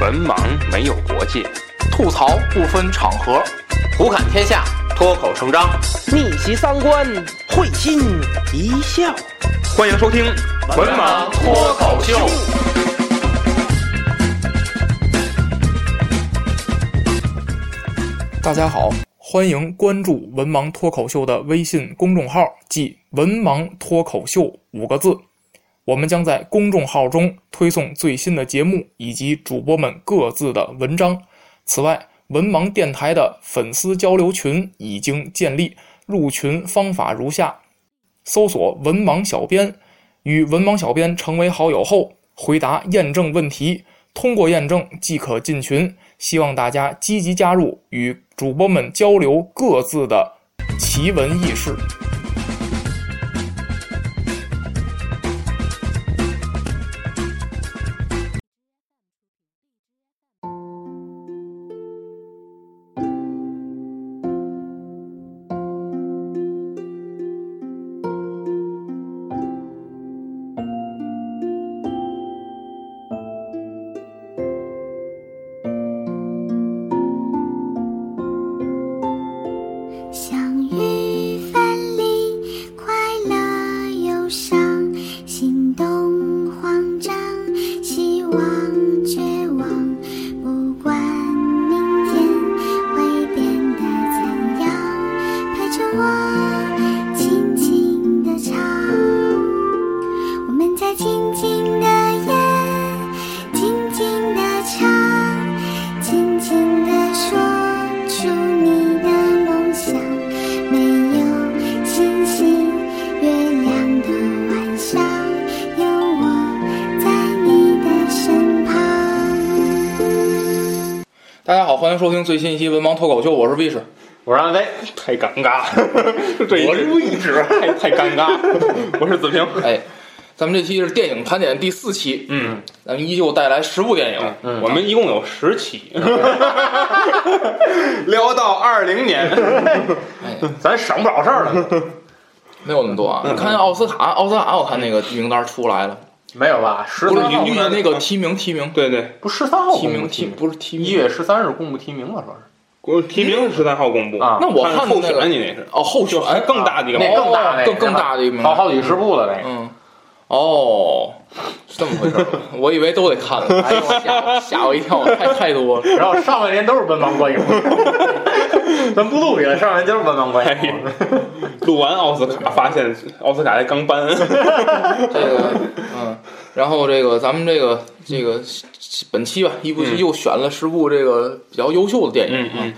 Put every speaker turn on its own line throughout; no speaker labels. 文盲没有国界，
吐槽不分场合，
胡侃天下，
脱口成章，
逆袭三观，会心一笑。
欢迎收听
《文盲脱口秀》。
大家好，欢迎关注“文盲脱口秀”的微信公众号，即“文盲脱口秀”五个字。我们将在公众号中推送最新的节目以及主播们各自的文章。此外，文盲电台的粉丝交流群已经建立，入群方法如下：搜索“文盲小编”，与文盲小编成为好友后，回答验证问题，通过验证即可进群。希望大家积极加入，与主播们交流各自的奇闻异事。大家好，欢迎收听最新一期《文盲脱口秀》，我是 V 士，
我是安飞，太尴尬 了，这一
是 V 士，
太太尴尬，我是子平。
哎，咱们这期是电影盘点第四期，嗯，咱们依旧带来十部电影，
嗯，我们一共有十期， 聊到二零 年，
哎，
咱省不少事儿了，
没有那么多啊。你看奥斯卡，奥斯卡，我看那个名单出来了，
没有吧？十
不是你你那
嗯
个提名提名，
对对，
不十三号
提名提不是提名
一月十三日公布提名了，说是。
公提名是十三号公布
啊
那我看的
后
那个
选你那是
哦，后选
更大的一个
那
毛
更大那
哦
个
更更大的一个名单，
好好几十部了那个。
嗯，哦，是这么回事儿，我以为都得看了，哎呦，吓我吓我一跳，太太多了。
然后上半年都是文盲观影， 咱不录了，上半年都是文盲观
哎
影。
哎 录完奥斯卡，发现奥斯卡才刚颁，
这个，嗯，然后这个咱们这个这个本期吧，一部
嗯
又选了十部这个比较优秀的电影
嗯嗯
啊，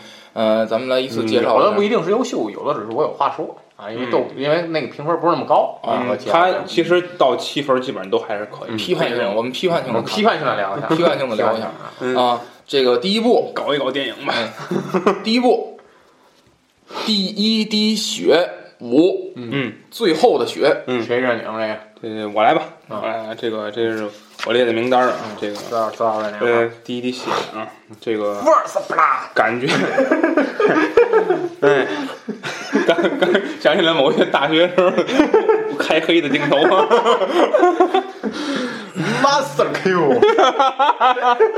呃，咱们来依次介绍
有
一下。
的不一定是优秀，有的只是我有话说啊，
嗯
因为都因为那个评分不是那么高啊。和 其
他
的
其实到七分基本上都还是可以。
嗯批判性，我们批判性
我
的
们批判性的聊一下，
批判性的聊一 下
啊
嗯
啊，这个第一部，
搞一搞电影吧，
哎， 第一部，第一滴血五，
嗯，
最后的血，
嗯
谁认领这个
这我来吧，
啊
我来，这个这是我列的名单啊，这个
四二四二认领
呃第一滴血啊，这个
？First blood，
感觉，哎，刚刚想起来某些大学时候开黑的镜头啊，
Master Q，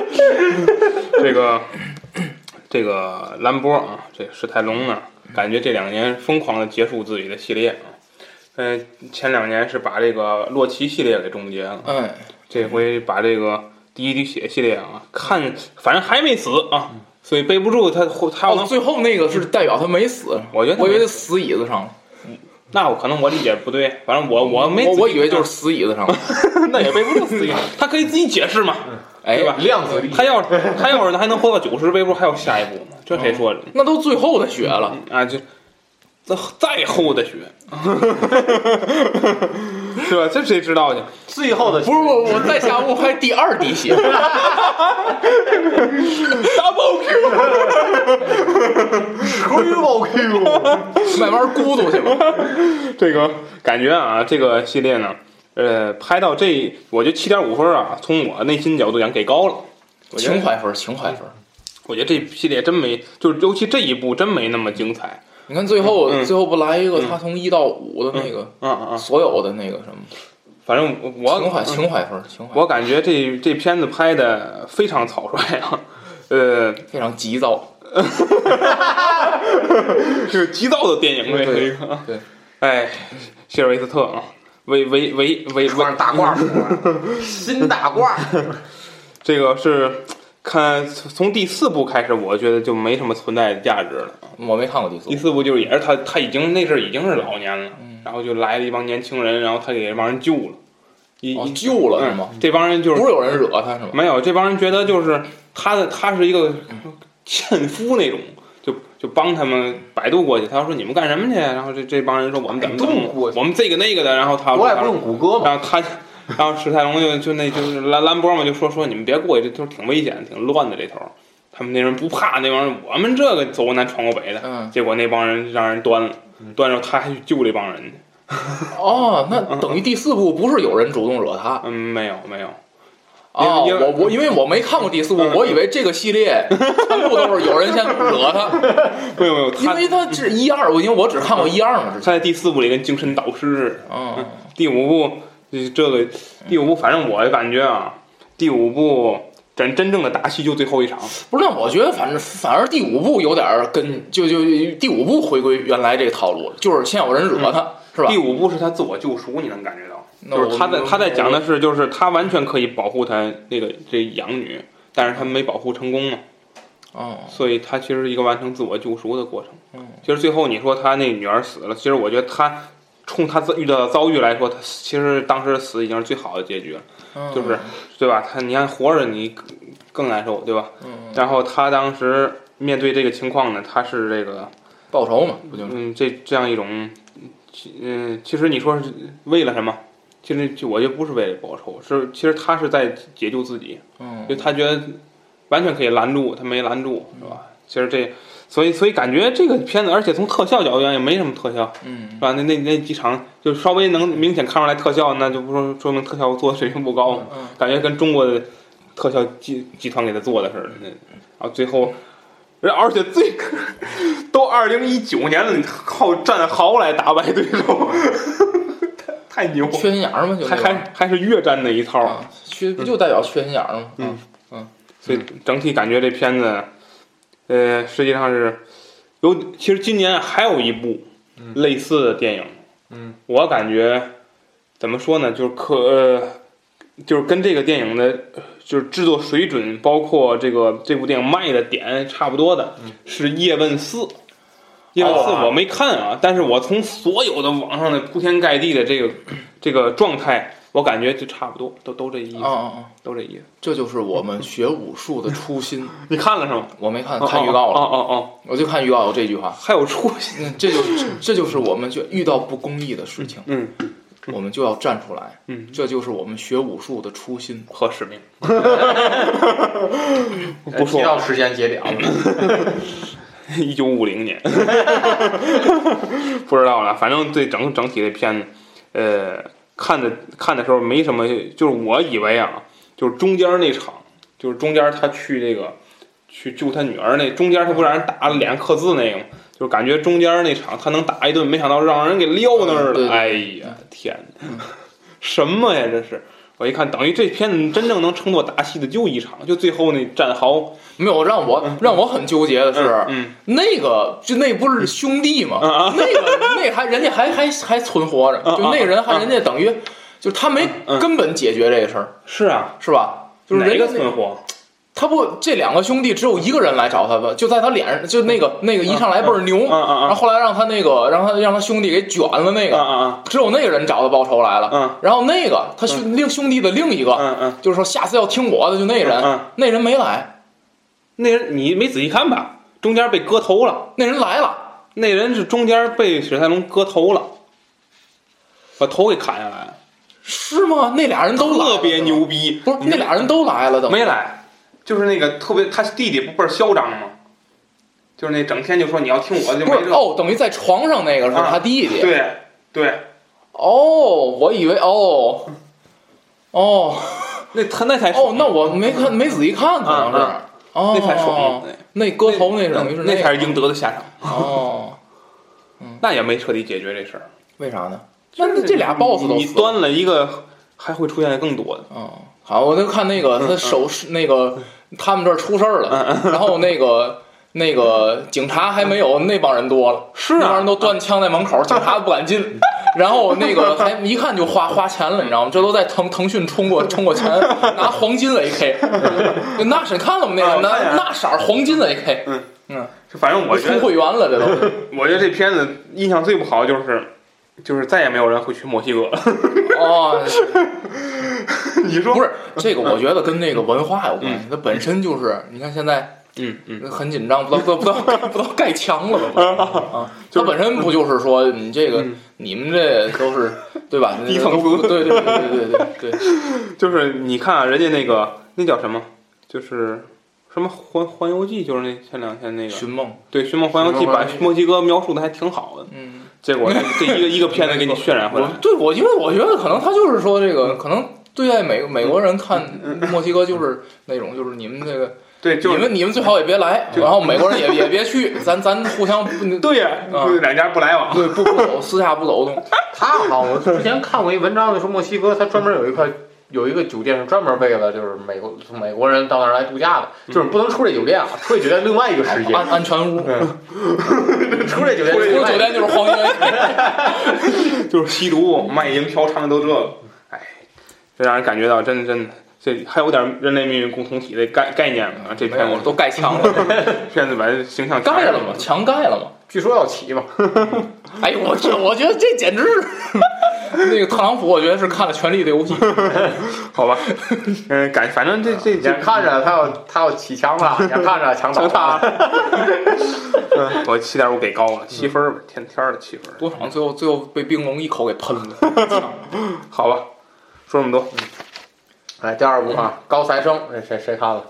这个这个兰博啊，这史泰龙啊，感觉这两年疯狂的结束自己的系列啊。嗯、前两年是把这个洛奇系列给终结了，
哎，
这回把这个第一滴血系列啊，看反正还没死啊，所以背不住他他要
哦，
能，
最后那个是代表他没死，
我觉得他
我以为
没
他死椅子上了，
那我可能我理解不对，反正我我没
我
仔细
我以为
看
就是死椅子 上了，
那也背不住自己，他可以自己解释嘛，
哎
对，吧？
量子力
他 要他要是还能活到九十，背不住还有下一步呢？这谁说的？
那都最后的血了，
啊，这这再厚的血， 是吧？这谁知道去？
最后的
不是我我在下部拍第二滴 血
Double Q，
Triple Q，
慢慢咕嘟去吧，
这个感觉啊，这个系列呢，呃，拍到这，我觉得七点五分啊，从我内心角度讲给高了。我觉得
情怀分，情怀分。
我觉得这系列真没，就是尤其这一部真没那么精彩。
你看最后
嗯
最后不来一个他从一到五的那个
嗯嗯，
所有的那个什么，
反正我我
情怀情怀分儿，情怀
我感觉这这片子拍的非常草率啊，呃，
非常急躁。
是急躁的电影呗，
对
这个
对，
哎，谢尔维斯特啊，维维维维
啊
维
大褂儿，新大褂儿，
这个是看从从第四部开始，我觉得就没什么存在的价值了。
我没看过第四
第，四部就是也是他他已经那阵儿已经是老年了，然后就来了一帮年轻人，然后他给这帮人救了，一
嗯哦
一
救了是吗？
嗯这帮人就是
不是有人惹他是吗？
没有，这帮人觉得就是他的，他是一个纤夫那种，就就帮他们摆渡过去。他说你们干什么去？然后这这帮人说我们怎么怎
摆
么
渡过，去
我们这个那个的。然后他
国外不用谷歌吗？
然后他，然后史泰龙就就那就是兰兰博嘛，就说说你们别过去，这头挺危险，挺乱的这头。他们那人不怕那帮人，我们这个走过南闯过北的。
嗯，
结果那帮人让人端了，端着他还去救这帮人去。
哦，那等于第四部不是有人主动惹他
嗯，没有 没有，
哦，
因为
我我因为我没看过第四部，
嗯
我以为这个系列全部都是有人先惹 他，
没有没有，
因
他
为他是一二，我因为我只看过一二嘛，之前
他在第四部里跟精神导师似的。
嗯
第五部，这这个第五部，反正我感觉啊，第五部真真正的大戏就最后一场，
不是，那我觉得反正反而第五部有点儿跟就就第五部回归原来这个套路了，就是先有人惹他，是
嗯
吧
第？五部是他自我救赎，你能感觉到，
那
就是他在
我
他在讲的是，就是他完全可以保护他那个这养女，但是他没保护成功嘛，
哦，
所以他其实是一个完成自我救赎的过程
嗯。
其实最后你说他那女儿死了，其实我觉得他。冲他自遇到的遭遇来说，他其实当时死已经是最好的结局了，
嗯
就是对吧？他你看活着你更更难受，对吧？
嗯
然后他当时面对这个情况呢，他是这个，
报仇嘛，不就是
嗯，这这样一种，其嗯，其实你说是为了什么？其实就我就不是为了报仇，是其实他是在解救自己，
嗯
因为他觉得完全可以拦住，他没拦住，是吧？其实这，所以所以感觉这个片子，而且从特效角度讲也没什么特效，
嗯
是吧？那那那几场就稍微能明显看出来特效，那就不说说明特效做的水平不高，
嗯
感觉跟中国的特效集集团给他做的似的。那然后最后，而且最都二零一九年了，你靠战壕来打败对手， 太太牛了！
缺心眼儿嘛，就
还
那个
还还是越战那一套，
啊，缺不就代表缺心眼儿吗？
嗯
嗯
所以整体感觉这片子，呃，实际上是有。其实今年还有一部类似的电影，
嗯，
我感觉怎么说呢，就是可呃，就是跟这个电影的，呃就是制作水准，包括这个这部电影卖的点差不多的，是《叶问四》。叶问四
哦
我没看啊，但是我从所有的网上的铺天盖地的这个这个状态，我感觉就差不多，都都这意
嗯
思，
啊啊啊！
都这意思。
这就是我们学武术的初心。
你看了是吗？
我没看看预
嗯
告
哦
了，
哦哦，哦
我就看预告有这句话。
还有出息。
嗯，这就是这就是我们就遇到不公义的事情，
嗯，
我们就要站出来。
嗯，
这就是我们学武术的初心。
和使命。
不
说
提到时间节点啊了，
一九五零年，不知道了。反正对整整体的片子，呃，看的看的时候没什么，就是我以为啊，就是中间那场，就是中间他去这个去救他女儿那中间，他不让人打了脸刻字那个吗？就是感觉中间那场他能打一顿，没想到让人给撂那儿
嗯对
了。哎呀，天哪，什么呀这是！我一看，等于这片子真正能称作打戏的就一场，就最后那战壕
没有让我让我很纠结的是，
嗯，啊
那个就那不是兄弟吗？那个那还人家还还还存活着，就那个人还人家等于就他没
嗯
根本解决这个事儿，
是啊，
是吧？就是
哪
人
个
家
存活？
他不，这两个兄弟只有一个人来找他吧，就在他脸上，就那个那个一上来倍儿牛，
嗯嗯嗯
然后后来让他那个让他让他兄弟给卷了那
啊
个，
啊啊！
只有那个人找他报仇来了，
嗯
然后那个他兄另兄弟的另一个，
嗯嗯，
就是说下次要听我的，就那人，
嗯嗯
那人没来，
那人你没仔细看吧？中间被割头了，
那人来了，
那人是中间被史泰龙割头了，把头给砍下来，
是吗？那俩人都来了
特别，牛逼。
不是那俩人都来了，怎么
没来，就是那个特别，他弟弟不倍儿嚣张吗？就是那整天就说你要听我的就
不
没
是
这，
哦，等于在床上那个是
啊
他弟弟，
对对，
哦，我以为哦哦
那他那才
哦
爽，
那我没看没仔细看，可
嗯
能是。哦，
那才爽对
那割头那等于是
那
个
才是应得的下场，
哦，
那也没彻底解决这事儿。
为啥呢？那这俩 boss 都
你
死了
端了一个还会出现更多的。
嗯，好，我就看那个
嗯
他手是那个他们这儿出事儿了，然后那个那个警察还没有那帮人多了，
是啊
那帮人都端枪在门口，警察不敢 进。然后那个还一看就花花钱了，你知道吗？这都在腾腾讯充过充 过钱，拿黄金 AK，那是看了吗？那
啊
个
我看见了
那那色儿黄金 AK，
反正我觉
充
得，
会员了，这都。
我觉得这片子印象最不好就是，就是再也没有人会去墨西哥了。
哦，
你说
不是这个，我觉得跟那个文化有关系，它本身就是，你看现在
嗯嗯，
很紧张，不知道不知道不知道 不知道盖墙了都啊！它本身不就是说你这个你们这都是对吧？
低层次
对对对对对对对，
就是你看、啊、人家那个那叫什么，就是什么环环游记，就是那前两天那个
寻梦，
对《寻梦环游记》
寻梦
把
环游记
墨西哥描述的还挺好的，
嗯，
结果这这一个一个片子给你渲染回
我
来。
对我因为我觉得可能他就是说这个可能。对待美美国人看墨西哥就是那种，就是你们这个，
对，就
你
是
们你们最好也别来，然后美国人也也别去，咱咱互相不
对呀，
啊
就是两家不来往。
对，不不走，私下不走动。
他好， 我之前看过一文章，就说墨西哥，它专门有一块有一个酒店是专门为了就是美国美国人到那儿来度假
嗯
的，就是不能出这酒店啊，出这酒店另外一 个世界，
安安全屋，
出这酒店
出
另外
酒
一个
店就是黄金。
就是吸毒、卖淫、嫖娼都这个，哎，这让人感觉到真的真的，这还有点人类命运共同体的概概念呢。这
没有，
片
哎我
子
都盖墙了，
片子把形象
盖了嘛，墙盖了嘛。
据说要起嘛，
哎呦，我去，我觉得这简直是那个特朗普，我觉得是看了《权力的游戏》。
好吧？嗯，感反正这这这
眼看着他要他要起墙了，
嗯
眼看着墙倒塌了，
嗯我七点五给高了，七分儿吧，天天儿的七分儿。
多少最后最后被冰龙一口给喷了。
好吧，说这么多，
哎，第二部啊，高材生，哎谁谁看了？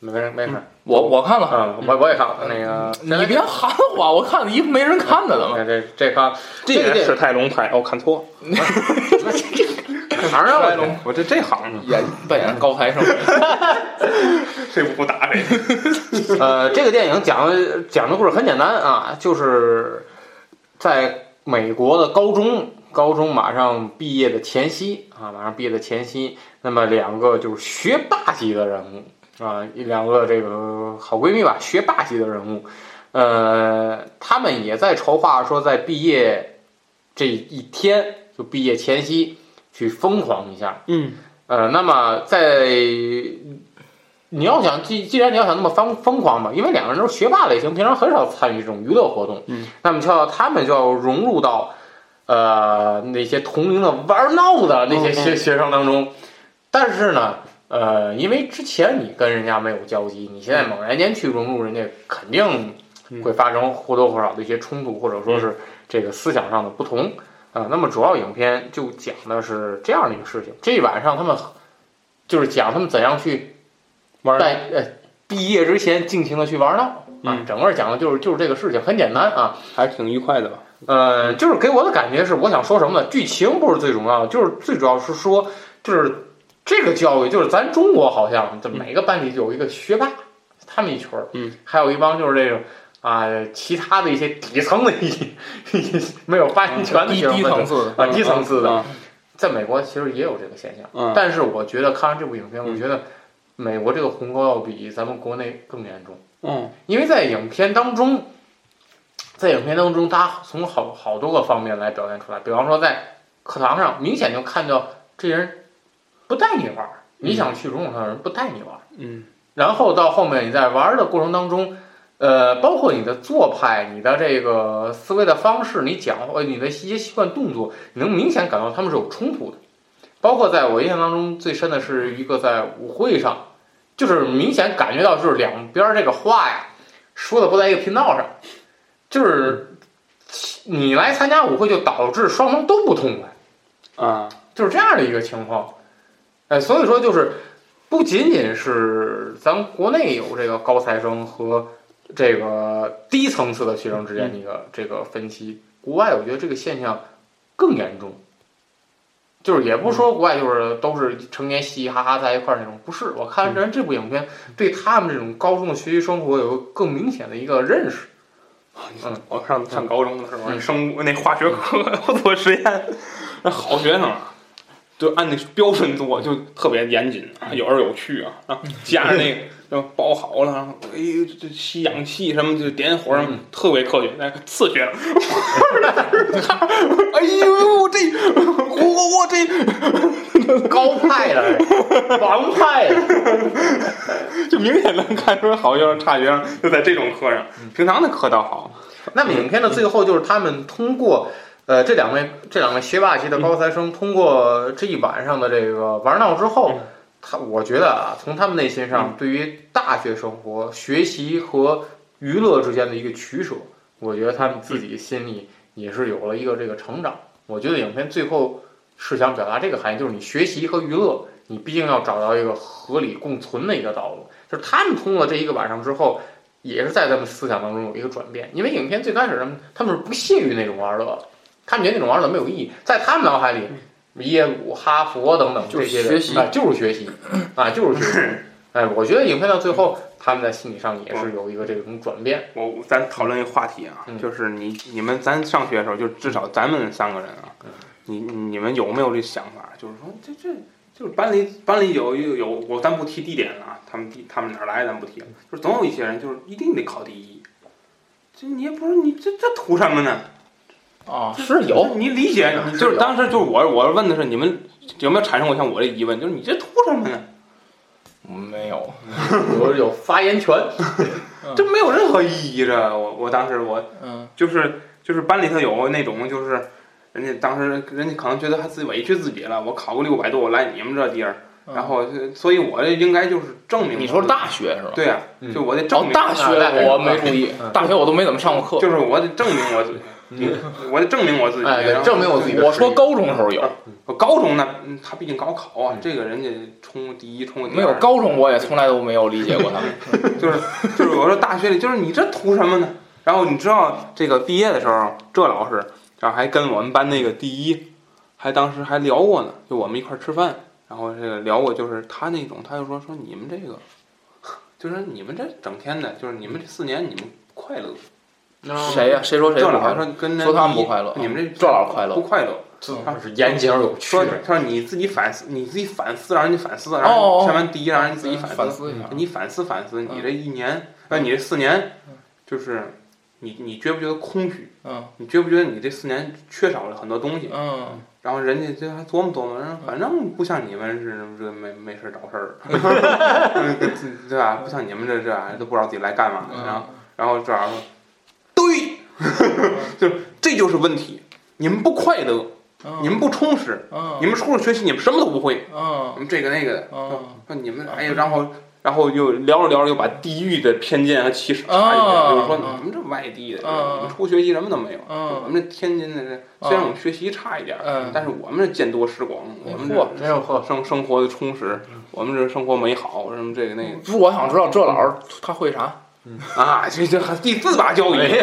没人没事，
我我看了，
嗯，我我也看了那个，
你别含糊啊！我看了一没人看的怎么？
哎这这看
这
个
也
电
是
影，
泰龙拍，哦，看错了，
哪儿
泰
啊？
龙，我这这行
演扮演高材生，
谁不打谁？
呃，这个电影讲的讲的故事很简单啊，就是在美国的高中，高中马上毕业的前夕啊，马上毕业的前夕，那么两个就是学霸级的人物啊，一两个这个好闺蜜吧，学霸级的人物，呃，他们也在筹划说在毕业这一天，就毕业前夕去疯狂一下，
嗯。
呃，那么在你要想，既既然你要想那么疯疯狂嘛，因为两个人都是学霸类型，平常很少参与这种娱乐活动，
嗯，
那么就要他们就要融入到呃那些同龄的玩闹的那些学、学生当中，但是呢。呃，因为之前你跟人家没有交集，你现在猛然间去融入人家，肯定会发生或多或少的一些冲突，或者说是这个思想上的不同。啊，那么主要影片就讲的是这样的一个事情。这一晚上他们就是讲他们怎样去
玩儿
在呃毕业之前尽情的去玩闹啊，
嗯
整个讲的就是就是这个事情，很简单啊。
还是挺愉快的吧？
呃，就是给我的感觉是，我想说什么呢？剧情不是最重要的，就是最主要是说，就是这个教育，就是咱中国好像这每个班里有一个学霸，他们一群儿，
嗯，
还有一帮就是这种。啊，其他的一些底层的一没有发言权的
低
学生
啊低层
分子
次的。
啊，低层次的，
啊
在美国其实也有这个现象，
嗯
但是我觉得看完这部影片，
嗯
我觉得美国这个鸿沟要比咱们国内更严重，
嗯
因为在影片当中，在影片当中，他从好好多个方面来表现出来，比方说在课堂上，明显就看到这人不带你玩儿，
嗯
你想去融入他的人不带你玩儿，
嗯
然后到后面你在玩儿的过程当中。呃，包括你的做派、你的这个思维的方式、你讲话、你的一些习惯动作，你能明显感到他们是有冲突的。包括在我印象当中最深的是一个在舞会上，就是明显感觉到就是两边儿这个话呀说的不在一个频道上，就是你来参加舞会就导致双方都不痛快，
啊，
就是这样的一个情况。哎，所以说就是不仅仅是咱们国内有这个高材生和这个低层次的学生之间的一个这个分歧，国外我觉得这个现象更严重。就是也不是说国外就是都是成天嘻嘻哈哈在一块儿那种，不是。我看人这部影片对他们这种高中的学习生活有个更明显的一个认识。
嗯我上上高中的时候，
嗯
生物那化学课我做实验，那好学生啊，就按那标准做，就特别严谨，啊，有而有趣啊，然后加上那个就包好了，然后哎呦这这吸氧气什么，就点火什么，特别科学，那个刺血，哎呦这，我我我这
高派了，王派了，
就明显能看出好学生差学生就在这种课上，平常的课倒好，
那么影片的最后就是他们通过，呃，这两位这两位学霸级的高材生通过这一晚上的这个玩闹之后
嗯，
他我觉得啊，从他们内心上对于大学生活、学习和娱乐之间的一个取舍，我觉得他们自己心里也是有了一个这个成长。我觉得影片最后是想表达这个含义，就是你学习和娱乐，你毕竟要找到一个合理共存的一个道路。就是他们通过这一个晚上之后，也是在他们思想当中有一个转变，因为影片最开始他们他们是不屑于那种玩乐的，他们觉得那种玩乐没有意义，在他们脑海里，耶鲁、哈佛等等
就
这
是
些人
学习
啊，就是学 习啊，就是学习。哎，我觉得影片到最后，他们在心理上也是有一个这种转变。
我咱讨论一个话题啊，
嗯
就是你你们咱上学的时候，就至少咱们三个人啊，
嗯
你你们有没有这想法？就是说这这就是班里班里有有有我咱不提地点了啊，他们地他们哪儿来咱不提了，就是总有一些人就是一定得考第一，这你也不是你这这图什么呢？
啊，
是有，
你理解你就是当时就是我我问的是你们有没有产生过像我这疑问，就是你这图什么
嗯
呢？
没有，
有有发言权，
这没有任何意义的，我我当时我
嗯，
就是就是班里头有那种就是，人家当时人家可能觉得他自己委屈自己了，我考个六百多，我来你们这地儿，
嗯
然后所以我应该就是证明。
你说大学是吧？
对啊，
嗯
就我得证
哦，
明，
大学我没注意
嗯，
大学我都没怎么上过课。
就是我得证明我 自己，
嗯
我得证明我自己。
哎，
然
对，
后
证明我自己的
我
实力
说高中时候有，
我高中那嗯他毕竟高考啊
嗯，
这个人家冲第一冲第
没有
二，
高中我也从来都没有理解过他们。
就是就是我说大学里就是你这图什么呢？然后你知道这个毕业的时候，这老师然后还跟我们班那个第一，还当时还聊过呢，就我们一块儿吃饭，然后这个聊过就是他那种，他就说说你们这个，就是你们这整天的，就是你们这四年你们不快乐，
谁
啊
呀？谁说谁
这
不
老
快
师
乐？
说跟那
说他们
第一
不快乐啊
你们这
这老师快乐
不快乐，
这种是言简而有趣
说
的。
他说你自己反思，你自己反思，让人家反思，然
哦
后
哦
上完第一让人自己反思，
反思一下。
你反思反思，你
嗯
这一年，呃，你这四年，就是你你觉不觉得空虚？
嗯
你觉不觉得你这四年缺少了很多东西？
嗯，
然后人家就还琢磨琢磨，然后反正不像你们是这没没事儿找事儿， 嗯 对吧？不像你们这这都不知道自己来干嘛，
嗯
然后然后这样说，对， 就这就是问题，你们不快乐，
嗯
你们不充实，
嗯
你们除了学习你们什么都不会，
嗯
我们这个那个的，
哦
说说你们哎呀，然后然后又聊着聊着又把地域的偏见和歧视插进去了，
哦
就是说你们这外地的，
哦
你们除学习什么都没有，
哦
我们这天津的人
哦
虽然我们学习差一点
嗯，
但是我们这见多识广，我们
嚯
这
嗯没有喝，
生生活的充实，
嗯
我们这生活美好，什么这个那个
不是，我想知道这老师他会啥？
啊，这这还第四把交椅，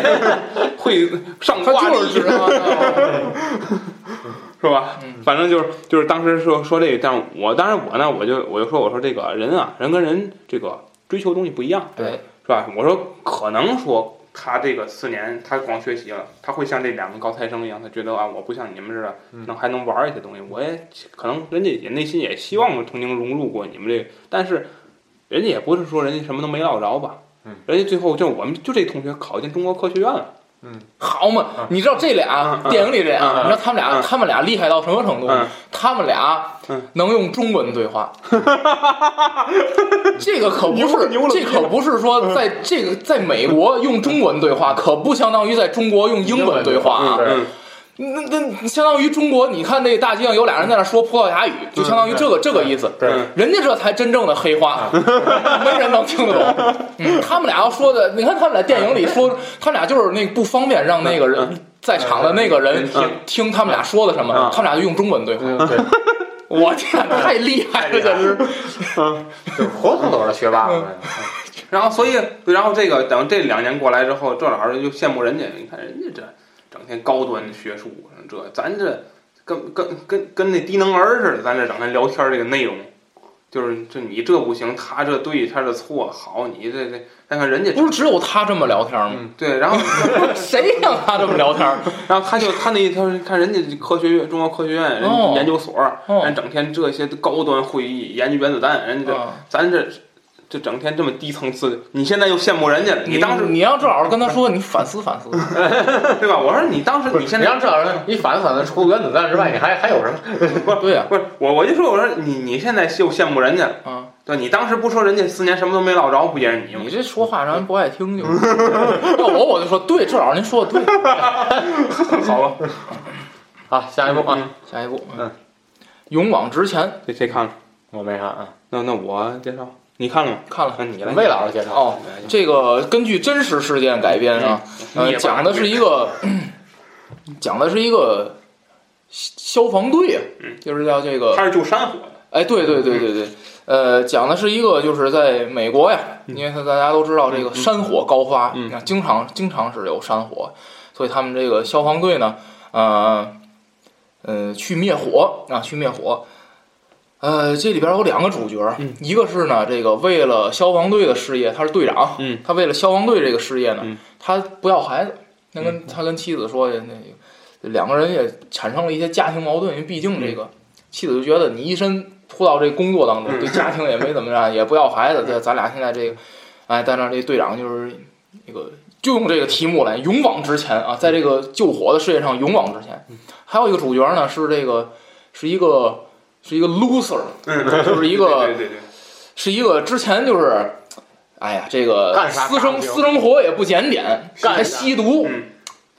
会上
哎他
挂
就
历
是知道啊。
是吧？反正就是就是当时说说这个，但是我当然我呢，我就我就说我说这个人啊，人跟人这个追求东西不一样，
对，
是吧？我说可能说他这个四年他光学习了，他会像这两个高材生一样，他觉得啊，我不像你们似的，能还能玩一些东西。我也可能人家也内心也希望我曾经融入过你们这个，但是人家也不是说人家什么都没落着吧。
嗯，
人家最后就我们就这同学考进中国科学院了，
好嘛
嗯，
你知道这俩
嗯嗯
电影里这俩，
嗯嗯
你知道他们俩
嗯
他们俩厉害到什么程度吗
嗯？
他们俩
嗯
能用中文对 话，这个可不
牛
是
牛了，嗯
这可不是说在这个在美国用中文对话，可不相当于在中国用英文对话啊。
对
嗯，
那那相当于中国，你看这大街上有俩人在那说葡萄牙语，就相当于这个这个意思。
对
嗯
人家这才真正的黑
啊
话，没人能听得懂。 嗯，他们俩要说的，你看他们俩电影里说，他们俩就是那个不方便让那个人在场的那个人听听他们俩说的什么
嗯，
他们俩就用中文对话。
嗯， 对，
我天，太厉害了，简直！
就是活脱脱的学霸们。
然后所以，然后这个等这两年过来之后，这老师就羡慕人家，你看人家这整天高端的学术，这咱这跟跟跟跟那低能儿似的，咱这整天聊天这个内容，就是就你这不行，他这对，他这错，好，你这这，但看人家
不是只有他这么聊天 吗？
对，然后
谁让他这么聊天？
然后他就他那一条看人家科学院中国科学院人
哦
研究所，
哦
人整天这些高端会议研究原子弹，人家这
啊
咱这这整天这么低层次，你现在又羡慕人家了，
你
当时
你要正好跟他说，你反思反思。
对吧？我说你当时你现
你
在
要知道，你反思反思，除了原子弹之外，你还还有什么？
对呀，
不是我我就说我说你你现在又羡慕人家，
啊，
对，你当时不说人家四年什么都没落着，不也是你吗
你？这说话让人不爱听 就是。要我我就说对，正好您说的对。
好吧，
好，下一步啊，
下一步，
嗯，
勇往直前，
谁谁看了？
我没看啊，
那那我介绍，你看了吗？
看了。
那你来，
魏老师介绍。
哦，这个根据真实事件改编啊，
嗯
呃
也，不
讲的是 一个，讲的是一个消消防队啊，就是叫这个
嗯他是救山火的，
哎，对对对对对，呃，讲的是一个就是在美国呀，因为他大家都知道这个山火高发，
嗯
啊经常经常是有山火，所以他们这个消防队呢，呃，呃，去灭火啊，去灭火。呃，这里边有两个主角，
嗯
一个是呢，这个为了消防队的事业，他是队长，
嗯
他为了消防队这个事业呢，
嗯
他不要孩子，他跟、他跟妻子说，那个两个人也产生了一些家庭矛盾，因为毕竟这个、妻子就觉得你一身扑到这工作当 中，
嗯
对家庭也没怎么样，也不要孩子，这咱俩现在这个，哎，但是这队长就是那个就用这个题目来勇往直前
嗯
啊，在这个救火的事业上勇往直前。还有一个主角呢是这个是一个是一个 loser，
嗯，
就是一个
对对对
是一个之前就是，哎呀，这个
干啥
私
打
生
不赢
私生活也不检点，
干啥
还吸毒，
嗯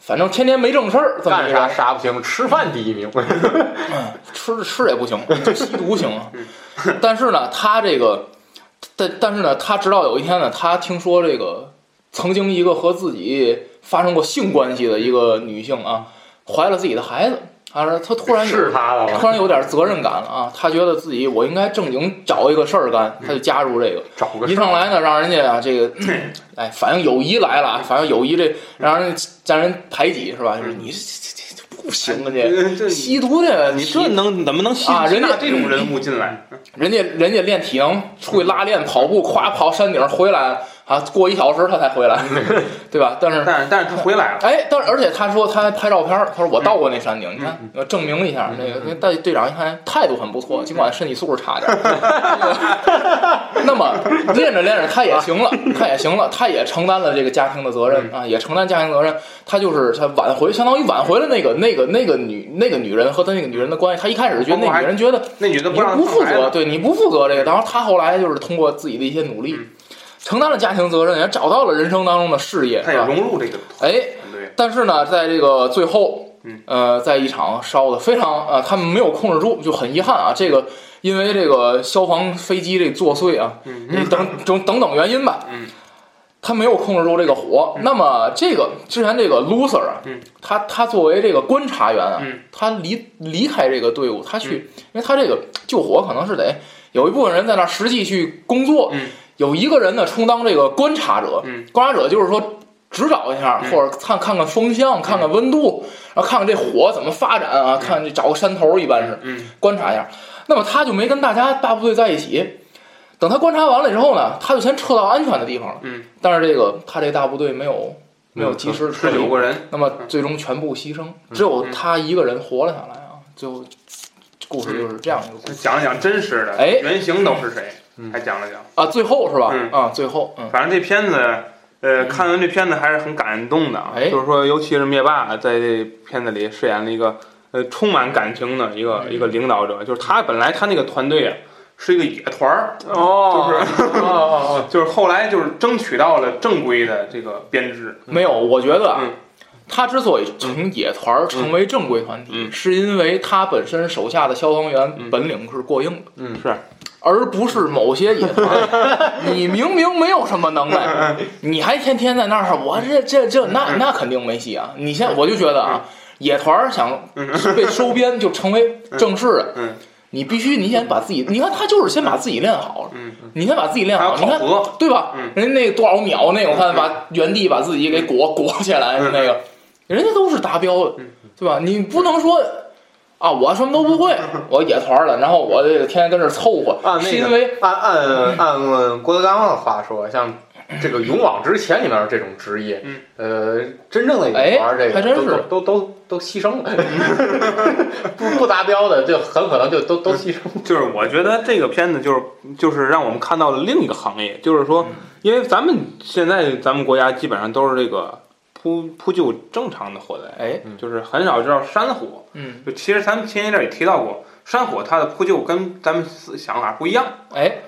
反正天天没正事儿，这么
干
一个人
啥杀不行，吃饭第一 名。
吃吃也不行，就吸毒行啊。
嗯
但是呢，他这个，但但是呢，他直到有一天呢，他听说这个曾经一个和自己发生过性关系的一个女性啊，怀了自己的孩子，啊，他突然有
是他的
突
吗？
然有点责任感了啊，他觉得自己我应该正经找一个事儿干，他就加入这个。
找个
一上来呢，让人家 啊这个，哎，反正友谊来了，啊，反正友谊这让人让人排挤是吧？就是你这这这这不行啊，这
对，这
吸毒的
哎你这能怎么能吸
啊人
吸纳
家
这种人物进来？
人家人家练体能，出去拉练、跑步，咵跑山顶回来啊，过一小时他才回 来，对吧？但是，
但是但是他回来了，
哎，但是而且他说他还拍照片儿，他说我到过那山顶，你
嗯
看，我证明一下那个。那大队长一看态度很不错，尽管身体素质差点儿。 那么练着练着他也行了，他也行了，他也承担了这个家庭的责任
嗯
啊，也承担家庭责任。他就是他挽回，相当于挽回了那个那个那个女那个女人和他那个女人的关系。他一开始觉得那女人觉得
那女的
你
不让
不
他嗯
负
上来
责，
了，
对你不负责这个。然后他后来就是通过自己的一些努
嗯
力，承担了家庭责任，也找到了人生当中的事业，
他也
是吧
融入这个
哎，
团队。
但是呢，在这个最后
嗯，
呃，在一场烧的非常呃，他们没有控制住，就很遗憾啊。这个因为这个消防飞机这作祟啊，嗯、等等等等原因吧，
嗯，
他没有控制住这个火。那么这个之前这个 loser 啊，
嗯
他他作为这个观察员啊，
嗯
他离离开这个队伍，他去，因为他这个救火可能是得有一部分人在那儿实际去工作，
嗯
有一个人呢充当这个观察者，
嗯
观察者就是说指导一下，
嗯
或者看看看风向，看看温度，然后看看这火怎么发展啊，看这找个山头，一般是
嗯
观察一下。那么他就没跟大家大部队在一起。等他观察完了以后呢，他就先撤到安全的地方了。
嗯，
但是这个他这个大部队没有没有及时
十
撤离
九个人，
那么最终全部牺牲，
嗯
只有他一个人活了下来啊！最后故事就是这样一个故事
讲一讲真实的，
哎
原型都是谁，还讲了讲。
啊，最后是吧？
嗯
啊，最后嗯，
反正这片子，呃，看完这片子还是很感动的啊。
哎
就是说，尤其是灭霸在这片子里饰演了一个呃充满感情的一个、一个领导者，就是他本来他那个团队啊是一个野团儿，就
哦，
是
哦哦
就是后来就是争取到了正规的这个编制，
没有，我觉得啊
嗯，
他之所以从野团儿成为正规团体
嗯，
是因为他本身手下的消防员
嗯
本领是过硬的，
嗯
是，
而不是某些野团儿，你明明没有什么能 耐，你还天天在那儿，我这这这
嗯
那那肯定没戏啊！你现在我就觉得啊，野团儿想被收编就成为正式的
嗯嗯嗯，
你必须你先把自己，你看他就是先把自己练好了，
嗯，
你先把自己练
还有
好，你
考
看
核，
对吧？
嗯
人家那多少秒那我看把原地把自己
嗯嗯
给裹裹起来那个，人家都是达标的，对吧？你不能说啊，我什么都不会，我野团儿了，然后我这个天天跟这儿凑合，
啊
按那个
是因为
按按按郭德纲的话说，像这个《勇往直前》里面这种职业，
嗯
呃，真正的
哎
勇玩这个，
还真
都
是
都都都都牺牲了， 不不达标的就很可能就都都牺牲了。
就是我觉得这个片子就是就是让我们看到了另一个行业，就是说，因为咱们现在咱们国家基本上都是这个扑扑救正常的火灾，
哎，
就是很少知道山火。
嗯，
就其实咱们前一阵儿也提到过，山火它的扑救跟咱们思想法不一样，
哎，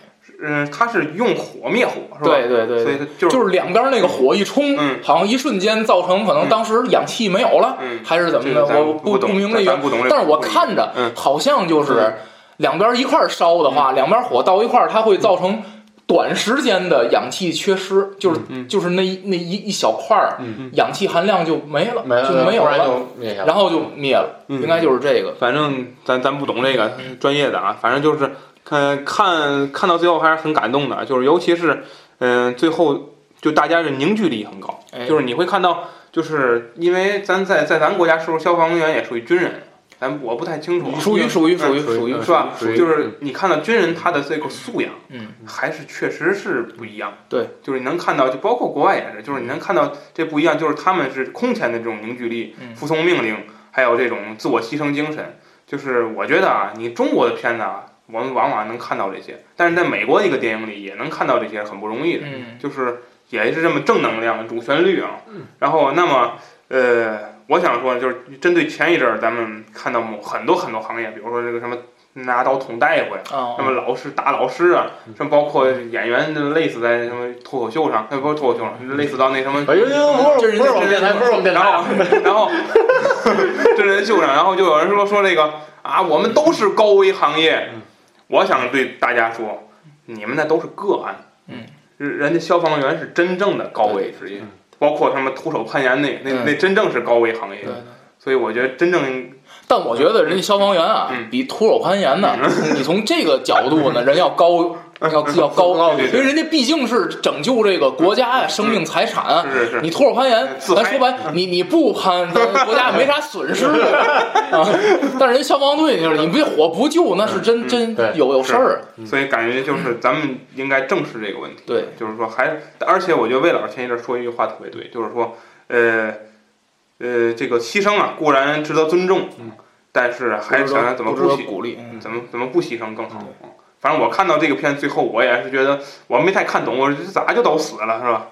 嗯、它是用火灭火，是吧？
对对对
所
对
以。它就是
就是两边那个火一冲，
嗯
好像一瞬间造成可能当时氧气没有了，
嗯
还是怎么
这
的，
个咱
我
不
不
懂
明这
咱咱不懂这个
但是我
不懂
看着、
嗯
好像就是
嗯
两边一块儿烧的话，两边火到一块儿，它会造成短时间的氧气缺失，就是、
嗯
就是那一那一一小块儿、
嗯
氧气含量就没了，
没
就没有
忽然
了，
就灭下
然
了。
后就灭了，
嗯
应该就是这个。嗯
反正咱咱不懂这个专业的啊，反正就是看看看到最后还是很感动的，就是尤其是嗯、最后就大家的凝聚力很高，
哎
就是你会看到，就是因为咱在在咱国家是不是消防员也属于军人？咱我不太清楚啊，
属于属于属于
嗯
属于
是吧？
属于
就是你看到军人他的这个素养，
嗯，
还是确实是不一样。
对，嗯
就是你能看到，就包括国外也是，就是你能看到这不一样，就是他们是空前的这种凝聚力、
嗯
服从命令，还有这种自我牺牲精神。就是我觉得啊，你中国的片子啊，我们往往能看到这些，但是在美国一个电影里也能看到这些，很不容易的。
嗯，
就是也是这么正能量的主旋律啊。然后，那么呃，我想说，就是针对前一阵儿咱们看到某很多很多行业，比如说这个什么拿刀捅大夫呀，
啊
什么老师打老师啊，什么包括演员就累死在什么脱口秀上，那呃不是脱口秀上，累死到那什么
哎呦，不
这
是
人
不是我
这
们
人
电台，不是我们电台
然
啊
后， 然后真人秀上，然后就有人说说这个啊，我们都是高危行业。
嗯
我想对大家说，你们那都是个案。
嗯，
人家消防员是真正的高危职业
嗯，
包括什么徒手攀岩那那
嗯
那真正是高危行业
对。对
所以我觉得真正
但我觉得人家消防员啊，
嗯
比徒手攀岩呢，你从这个角度呢，人要高，要要高，
对
因为人家毕竟是拯救这个国家呀、生命财产啊。
是是是
你徒手攀岩，
自
咱
嗨嗯
说白，你你不 攀，咱国家也没啥损失啊。但是人消防队就是你别火不救，那是
嗯
真真
对
有有事儿。
所以感觉
嗯
就是咱们应该正视这个问题。
对，
就是说还，而且我觉得魏老师前一阵说一句话特别对，就是说，呃，呃，这个牺牲啊固然值得尊重，但是还是想想怎么
嗯不嗯
不嗯
值得
牺，
鼓励？
怎么怎么不牺牲更好。反正我看到这个片，最后我也是觉得我没太看懂，我说这咋就都死了是吧？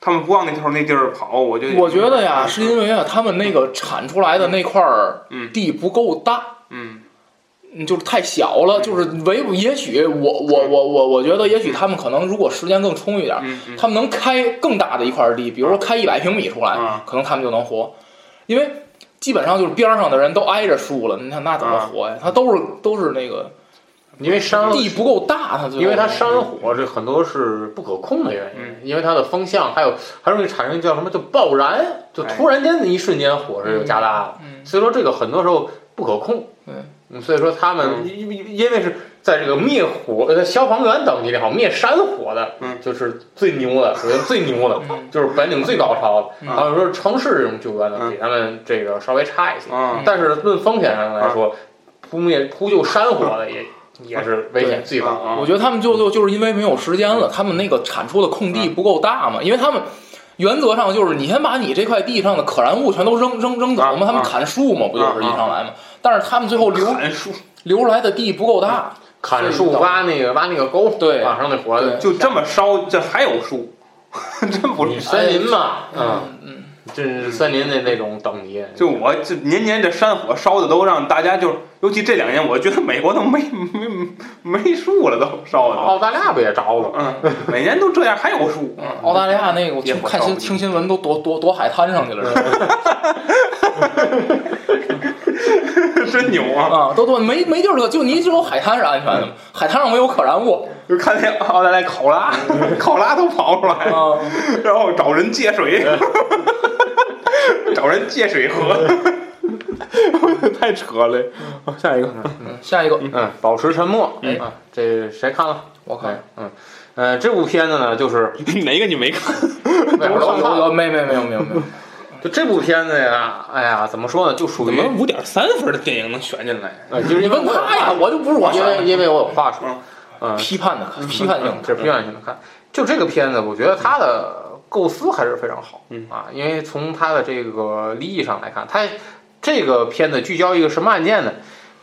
他们不往那头那地儿跑，我就
我觉得呀，是因为啊，他们那个铲出来的那块儿
嗯
地不够大。
嗯
嗯，就是太小了，就是唯也许我我我我我觉得，也许他们可能如果时间更充裕点儿，
嗯嗯
他们能开更大的一块地，比如说开一百平米出来
嗯，
可能他们就能活，因为基本上就是边上的人都挨着树了，你看那怎么
嗯
活呀？他都是都是那个
因为山
地不够大，他最后嗯
因为它山火这很多是不可控的原因，因为它的风向，还有还容易产生叫什么叫爆燃，就突然间一瞬间火势就加大了，
哎嗯
所以说这个很多时候不可控。
对
嗯，所以说他们因因因为是在这个灭火呃消防员等级里好，灭山火的，
嗯
就是最牛的，属于最牛的，
嗯
就是本领最高超的。然后说城市这种救援呢，
嗯
比他们这个稍微差一些，
嗯
啊
但是论风险上来说，扑灭扑救山火的也
嗯
也是危险最
啊
高。
啊
我觉得他们就就就是因为没有时间了，他们那个产出的空
嗯
地不够大嘛，因为他们原则上就是你先把你这块地上的可燃物全都扔扔扔走
啊
嘛，他
啊
们砍树嘛，不就是一上来嘛？但是他们最后留
嗯砍树
留出来的地不够大，
砍树挖那个挖那个沟，
对
往上那活
对
的，
就这么烧，这还有树， 真不是
你森林嘛，嗯，
嗯嗯，
这是森林的那种等级，
嗯就我这年年这山火烧的都让大家就，尤其这两年，我觉得美国都没没没树了，都烧的
澳大利亚不也着了吗？
嗯，每年都这样，还有树，
澳大利亚那个我
嗯也
听
不
看
少
新
不一
听新闻都躲躲躲海滩上去了，是吧
真牛啊！
啊，都躲没没地儿了，就你只有海滩是安全的嘛，海滩上没有可燃物
就看那澳大利亚考拉，考拉都跑出来，
啊，
然后找人借水， 找人借水喝，嗯太扯了。好下一个，
下一个
嗯，保持沉默，
嗯
啊，这谁看了？
哎我看，
嗯，呃，这部片子呢，就是
哪个你没看？
外边
有
都看
有
了，
有没没没有没有没有，
就这部片子呀，哎呀，怎么说呢，就属
怎
于
么五点三分的电影能选进来？
呃，就是
你
因为
问
我有
他
话
呀，
说
我就不是我
因为因为我有话说，嗯，
批判的批判性
这
的，
批判性的看。就这个片子，我觉得它的构思还是非常好，
嗯
啊，因为从它的这个利益上来看，它这个片子聚焦一个什么案件呢？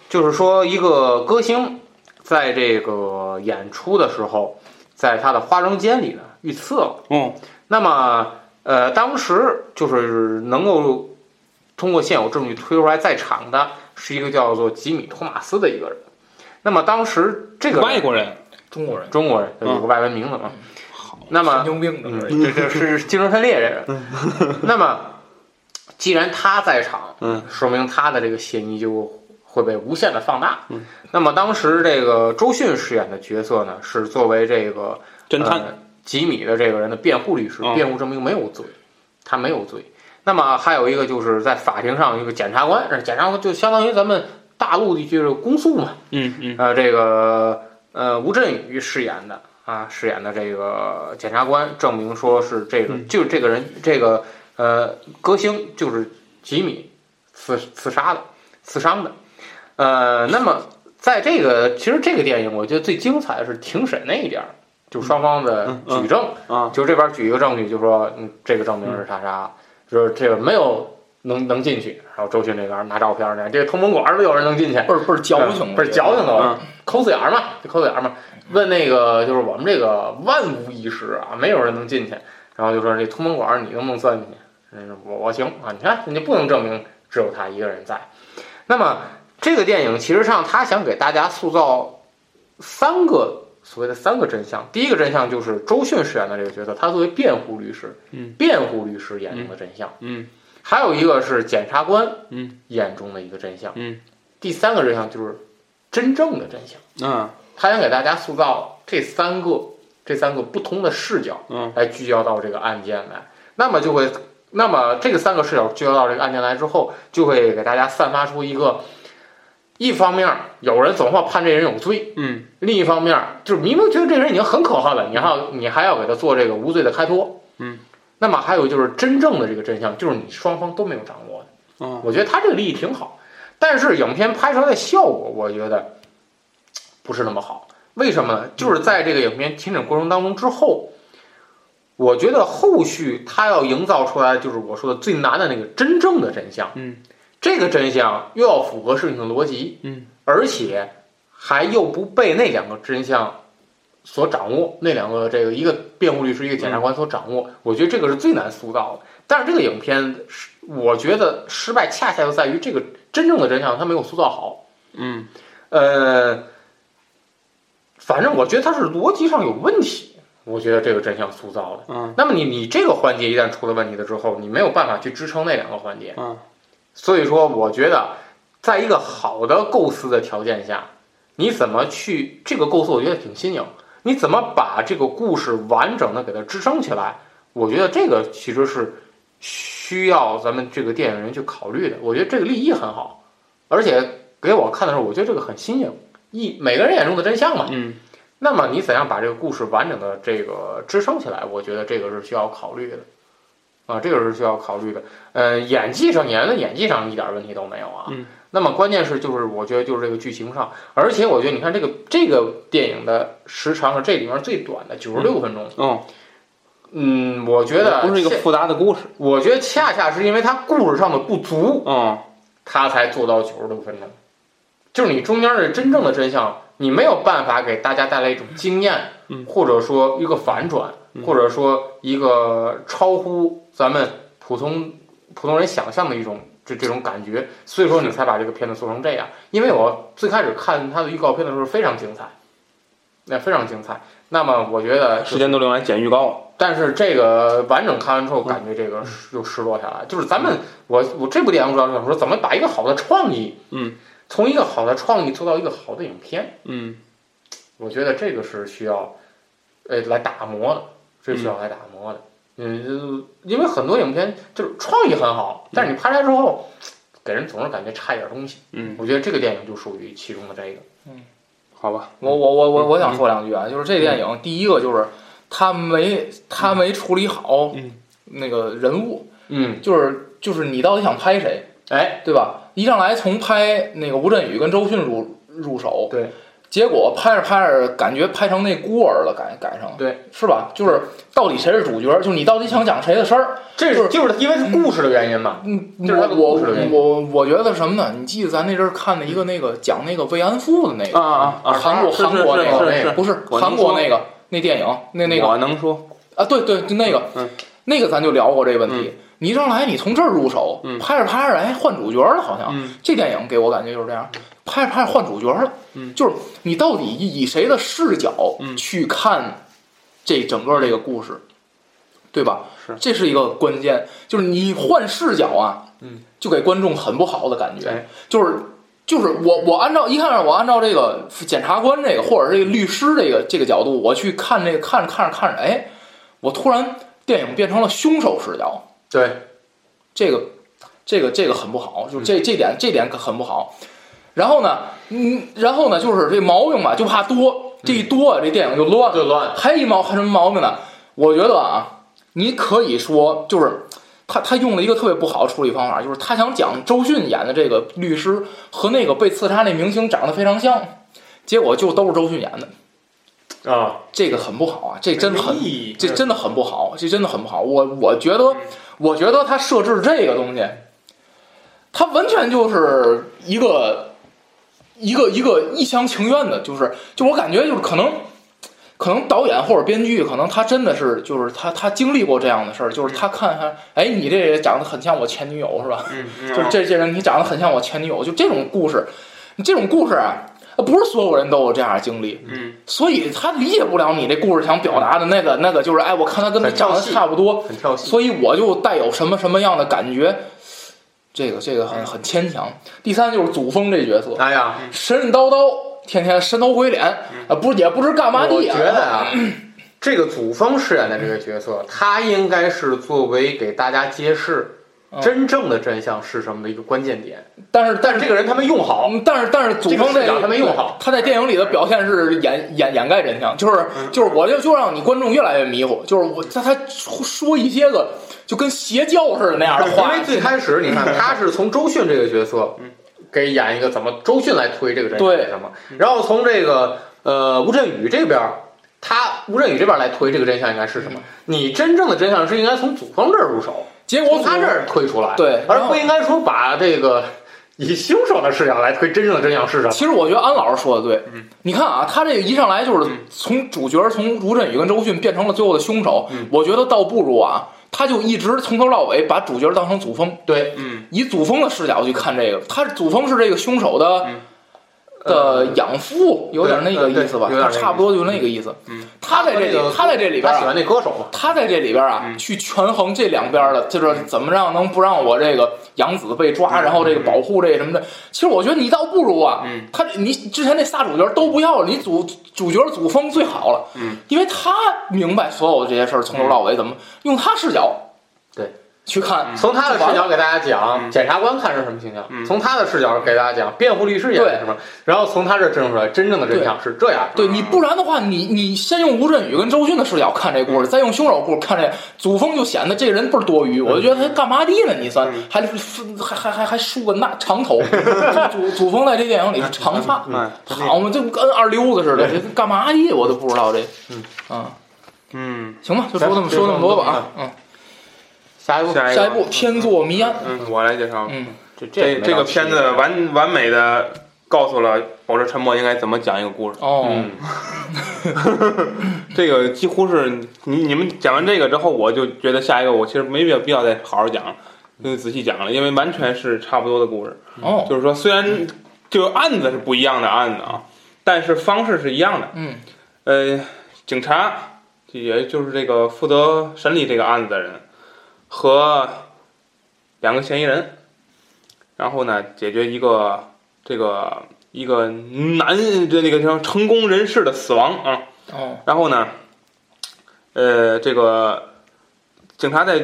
就是说一个歌星在这个演出的时候，在他的化妆间里呢遇刺了。
哦，
那么，呃，当时就是能够通过现有证据推出来在场的是一个叫做吉米·托马斯的一个人。那么当时这个人
外国人，
中国人
中国人有个外文名字嘛？好。嗯那
嗯神
么嗯
经病的而已，
这这是精神分裂这个。 那么，既然他在场，
嗯，
说明他的这个嫌疑就会被无限的放大。嗯，那么当时这个周迅饰演的角色呢，是作为这个
侦探，
呃吉米的这个人的辩护律师，
哦
嗯
辩护证明没有罪，他没有罪。那么还有一个就是在法庭上有一个检察官，呃检察官就相当于咱们大陆地区的公诉嘛，
嗯嗯
呃，这个呃吴镇宇饰演的啊，饰演的这个检察官，证明说是这个，
嗯
就是这个人，这个呃歌星就是吉米刺刺杀的，刺伤的。呃，那么在这个其实这个电影，我觉得最精彩的是庭审那一点儿，就双方的
嗯嗯
举证，
啊，
就这边举一个证据，就说嗯，这个证明是啥啥，就是这个没有能能进去。然后周迅这边拿照片呢，这个通风管都有人能进去，
倍儿倍儿矫情，啊
不是矫
嗯
情的，抠死眼儿嘛，就抠死眼儿嘛。问那个就是我们这个万无一失啊，没有人能进去。然后就说这通风管儿你能不能钻进去？嗯，我我行啊，你看你就不能证明只有他一个人在。那么这个电影其实上他想给大家塑造三个所谓的三个真相。第一个真相就是周迅饰演的这个角色，他作为辩护律师，
嗯，
辩护律师眼中的真相。
嗯
还有一个是检察官，
嗯，
眼中的一个真相。
嗯，
第三个真相就是真正的真相。
啊
他想给大家塑造这三个这三个不同的视角，
嗯，
来聚焦到这个案件来，那么就会，那么这个三个视角聚焦到这个案件来之后，就会给大家散发出一个，一方面有人总要判这人有罪，
嗯，
另一方面就是明明觉得这人已经很可恨了，你还要你还要给他做这个无罪的开脱，
嗯，
那么还有就是真正的这个真相，就是你双方都没有掌握的。
啊，
我觉得他这个立意挺好，但是影片拍出来的效果，我觉得不是那么好。为什么呢？就是在这个影片停止过程当中之后，我觉得后续他要营造出来，就是我说的最难的那个真正的真相。
嗯，
这个真相又要符合事情的逻辑，
嗯，
而且还又不被那两个真相所掌握，那两个这个一个辩护律师，一个检察官所掌握，我觉得这个是最难塑造的。但是这个影片是，我觉得失败恰恰就在于这个真正的真相它没有塑造好。
嗯
呃，反正我觉得它是逻辑上有问题，我觉得这个真相塑造的。
啊
那么你你这个环节一旦出了问题了之后，你没有办法去支撑那两个环节。
啊，
所以说，我觉得在一个好的构思的条件下，你怎么去这个构思，我觉得挺新颖。你怎么把这个故事完整的给它支撑起来？我觉得这个其实是需要咱们这个电影人去考虑的。我觉得这个立意很好，而且给我看的时候，我觉得这个很新颖。一每个人眼中的真相嘛，
嗯
那么你怎样把这个故事完整的这个支撑起来？我觉得这个是需要考虑的，啊，这个是需要考虑的。呃，演技上演员的演技上一点问题都没有啊。
嗯
那么关键是就是我觉得就是这个剧情上，而且我觉得你看这个这个电影的时长是这里面最短的，九十六分钟。
哦，
嗯，我觉得
不是一个
恰
复杂的故事，
我觉得恰恰是因为它故事上的不足，
哦
它才做到九十六分钟。就是你中间的真正的真相，你没有办法给大家带来一种惊艳，
嗯
或者说一个反转，
嗯
或者说一个超乎咱们普通普通人想象的一种这这种感觉，所以说你才把这个片子做成这样。因为我最开始看它的预告片的时候非常精彩，那非常精彩。那么我觉得就是
时间都用来剪预告了，
但是这个完整看完之后，感觉这个失又失落下来。就是咱们，我我这部电影主要是想说，怎么把一个好的创意，
嗯，
从一个好的创意做到一个好的影片，
嗯
我觉得这个是需要，呃，来打磨的，这是需要来打磨的。嗯，因为很多影片就是创意很好，但是你拍出来之后，给人总是感觉差一点东西。
嗯，
我觉得这个电影就属于其中的这一个。
好吧，
我我我我
嗯
我想说两句啊，就是这电影第一个就是他没他没处理好
嗯
那个人物，
嗯，
就是就是你到底想拍谁，
哎，
对吧？一上来从拍那个吴镇宇跟周迅入入手，
对，
结果拍着拍着感觉拍成那孤儿了，赶赶上了，
对，
是吧？就是到底谁是主角，就是你到底想讲谁的事儿？
这是就是因为是故事的原因嘛，
嗯，
这是他的
我
故
我
事的原因
我我觉得什么呢？你记得咱那阵儿看的一个那个讲那个慰安妇的那个，
啊啊！
韩国
是是
韩国那
是
个
是
啊
是
不是
我
韩
能
国
说
那个那电影那那个
我能说，
啊，对对，就那个，
嗯
那个咱就聊过这个问
嗯
题。你一上来，你从这儿入手，
嗯
拍着拍着，哎，换主角了，好像、
嗯
这电影给我感觉就是这样，拍着拍着换主角了，
嗯
就是你到底以谁的视角
嗯
去看这整个这个故事，对吧？
是
这是一个关键，就是你换视角啊，
嗯，
就给观众很不好的感觉，
哎
就是。就是我，我按照一看，我按照这个检察官这个，或者是这个律师这个这个角度，我去看这个，看着看着看着，哎，我突然电影变成了凶手视角，
对，
这个这个这个很不好，就
嗯
这这点这点可很不好。然后呢，嗯，然后呢，就是这毛病吧，就怕多，这
嗯
一多啊，这电影就乱
就
了。
乱，
还有一毛还有什么毛病呢？我觉得啊，你可以说就是。他他用了一个特别不好的处理方法，就是他想讲周迅演的这个律师和那个被刺杀那明星长得非常像，结果就都是周迅演的，
啊，
这个很不好啊，这真很
没意义
这真的很不好，这真的很不好。我我觉得，我觉得他设置这个东西，他完全就是一个一个一个一厢情愿的，就是就我感觉就是可能。可能导演或者编剧，可能他真的是，就是他他经历过这样的事儿，就是他看看，哎，你这也长得很像我前女友是吧？
嗯，
就
嗯
是这这人，你长得很像我前女友，就这种故事，你这种故事啊，不是所有人都有这样的经历，
嗯，
所以他理解不了你这故事想表达的那个那个，就是哎，我看他跟他
很跳
长得
戏
差
嗯
不多，
很跳戏，
所以我就带有什么什么样的感觉，这个这个
嗯
很很牵强。第三就是祖峰这角色，
哎呀，
神神叨叨，天天神头鬼脸，
嗯
啊，不也不知干嘛
我
地
觉
啊，
得啊，这个祖峰饰演的这个角色，他应该是作为给大家揭示
嗯
真正的真相是什么的一个关键点。
但是但
但
是
是这个人他没用好，
嗯，但是但是祖
这个
峰
视
在
角他没用好
他在电影里的表现是掩掩掩盖真相，就是
嗯
就是我就就让你观众越来越迷糊，就是我他他说一些个就跟邪教似的那样的
因
话
为，最开始你看他是从周迅这个角色
嗯
给演一个怎么周迅来推这个真相
对
是什么，嗯然后从这个呃吴镇宇这边儿。他吴镇宇这边儿来推这个真相应该是
嗯
什么？你真正的真相是应该从祖峰这儿入手，
结果
从
祖
他这儿推出来，
哎对
而
然后
不应该说把这个以凶手的视角来推真正的真相是什么。
其实我觉得安老师说的对，
嗯
你看啊，他这个一上来就是从主角从吴镇宇跟周迅变成了最后的凶手，
嗯
我觉得倒不如啊，他就一直从头到尾把主角当成祖峰，
对，
嗯
以祖峰的视角去看这个，他祖峰是这个凶手的、
嗯
的养父，有点那个意思吧，
呃对对有点那个意思
差不多就那个意思。
嗯
他在这里，
个
他在这里边
他喜
啊、
欢那歌手嘛？
他在这里边啊，
嗯
去权衡这两边的，
嗯
就是怎么让能不让我这个养子被抓，然后这个保护这什么的。其实我觉得你倒不如啊，
嗯
他你之前那仨主角都不要了，你主主角祖峰最好了，
嗯，
因为他明白所有这些事儿从头到尾怎么用他视角，
嗯对，嗯
去看，
从他的视角给大家讲，
嗯
检察官看是什么形象；
嗯
从他的视角给大家讲，辩护律师演
对
是什么；然后从他这儿证出来，真正的真相是这样。
对你不然的话，你你先用吴镇宇跟周迅的视角看这故
嗯
事，再用凶手故事看这祖峰，就显得这人倍儿多余。我就觉
嗯
得他干嘛的呢？你算
嗯
还还还还还梳个那长头，祖祖峰在这电影里是长发，
嗯
好嘛，就跟二溜子似的，这干嘛的？我都不知道这。
嗯
啊，
嗯，
行吧，就说那么
咱
说那么多吧啊。嗯，
下一步，
下一个
下一步《天作迷案》。
嗯，我来介绍。
嗯，
这
这这个片子
完，
完完美的告诉了保持沉默应该怎么讲一个故事。
哦，
嗯，
这个几乎是你你们讲完这个之后，我就觉得下一个我其实没必要必要再好好讲了，就仔细讲了，因为完全是差不多的故事。
哦，
就是说，虽然就案子是不一样的案子啊，但是方式是一样的。
嗯，
呃，警察也就是这个负责审理这个案子的人和两个嫌疑人，然后呢，解决一个这个一个男这那个叫成功人士的死亡啊。
哦，
然后呢，呃，这个警察在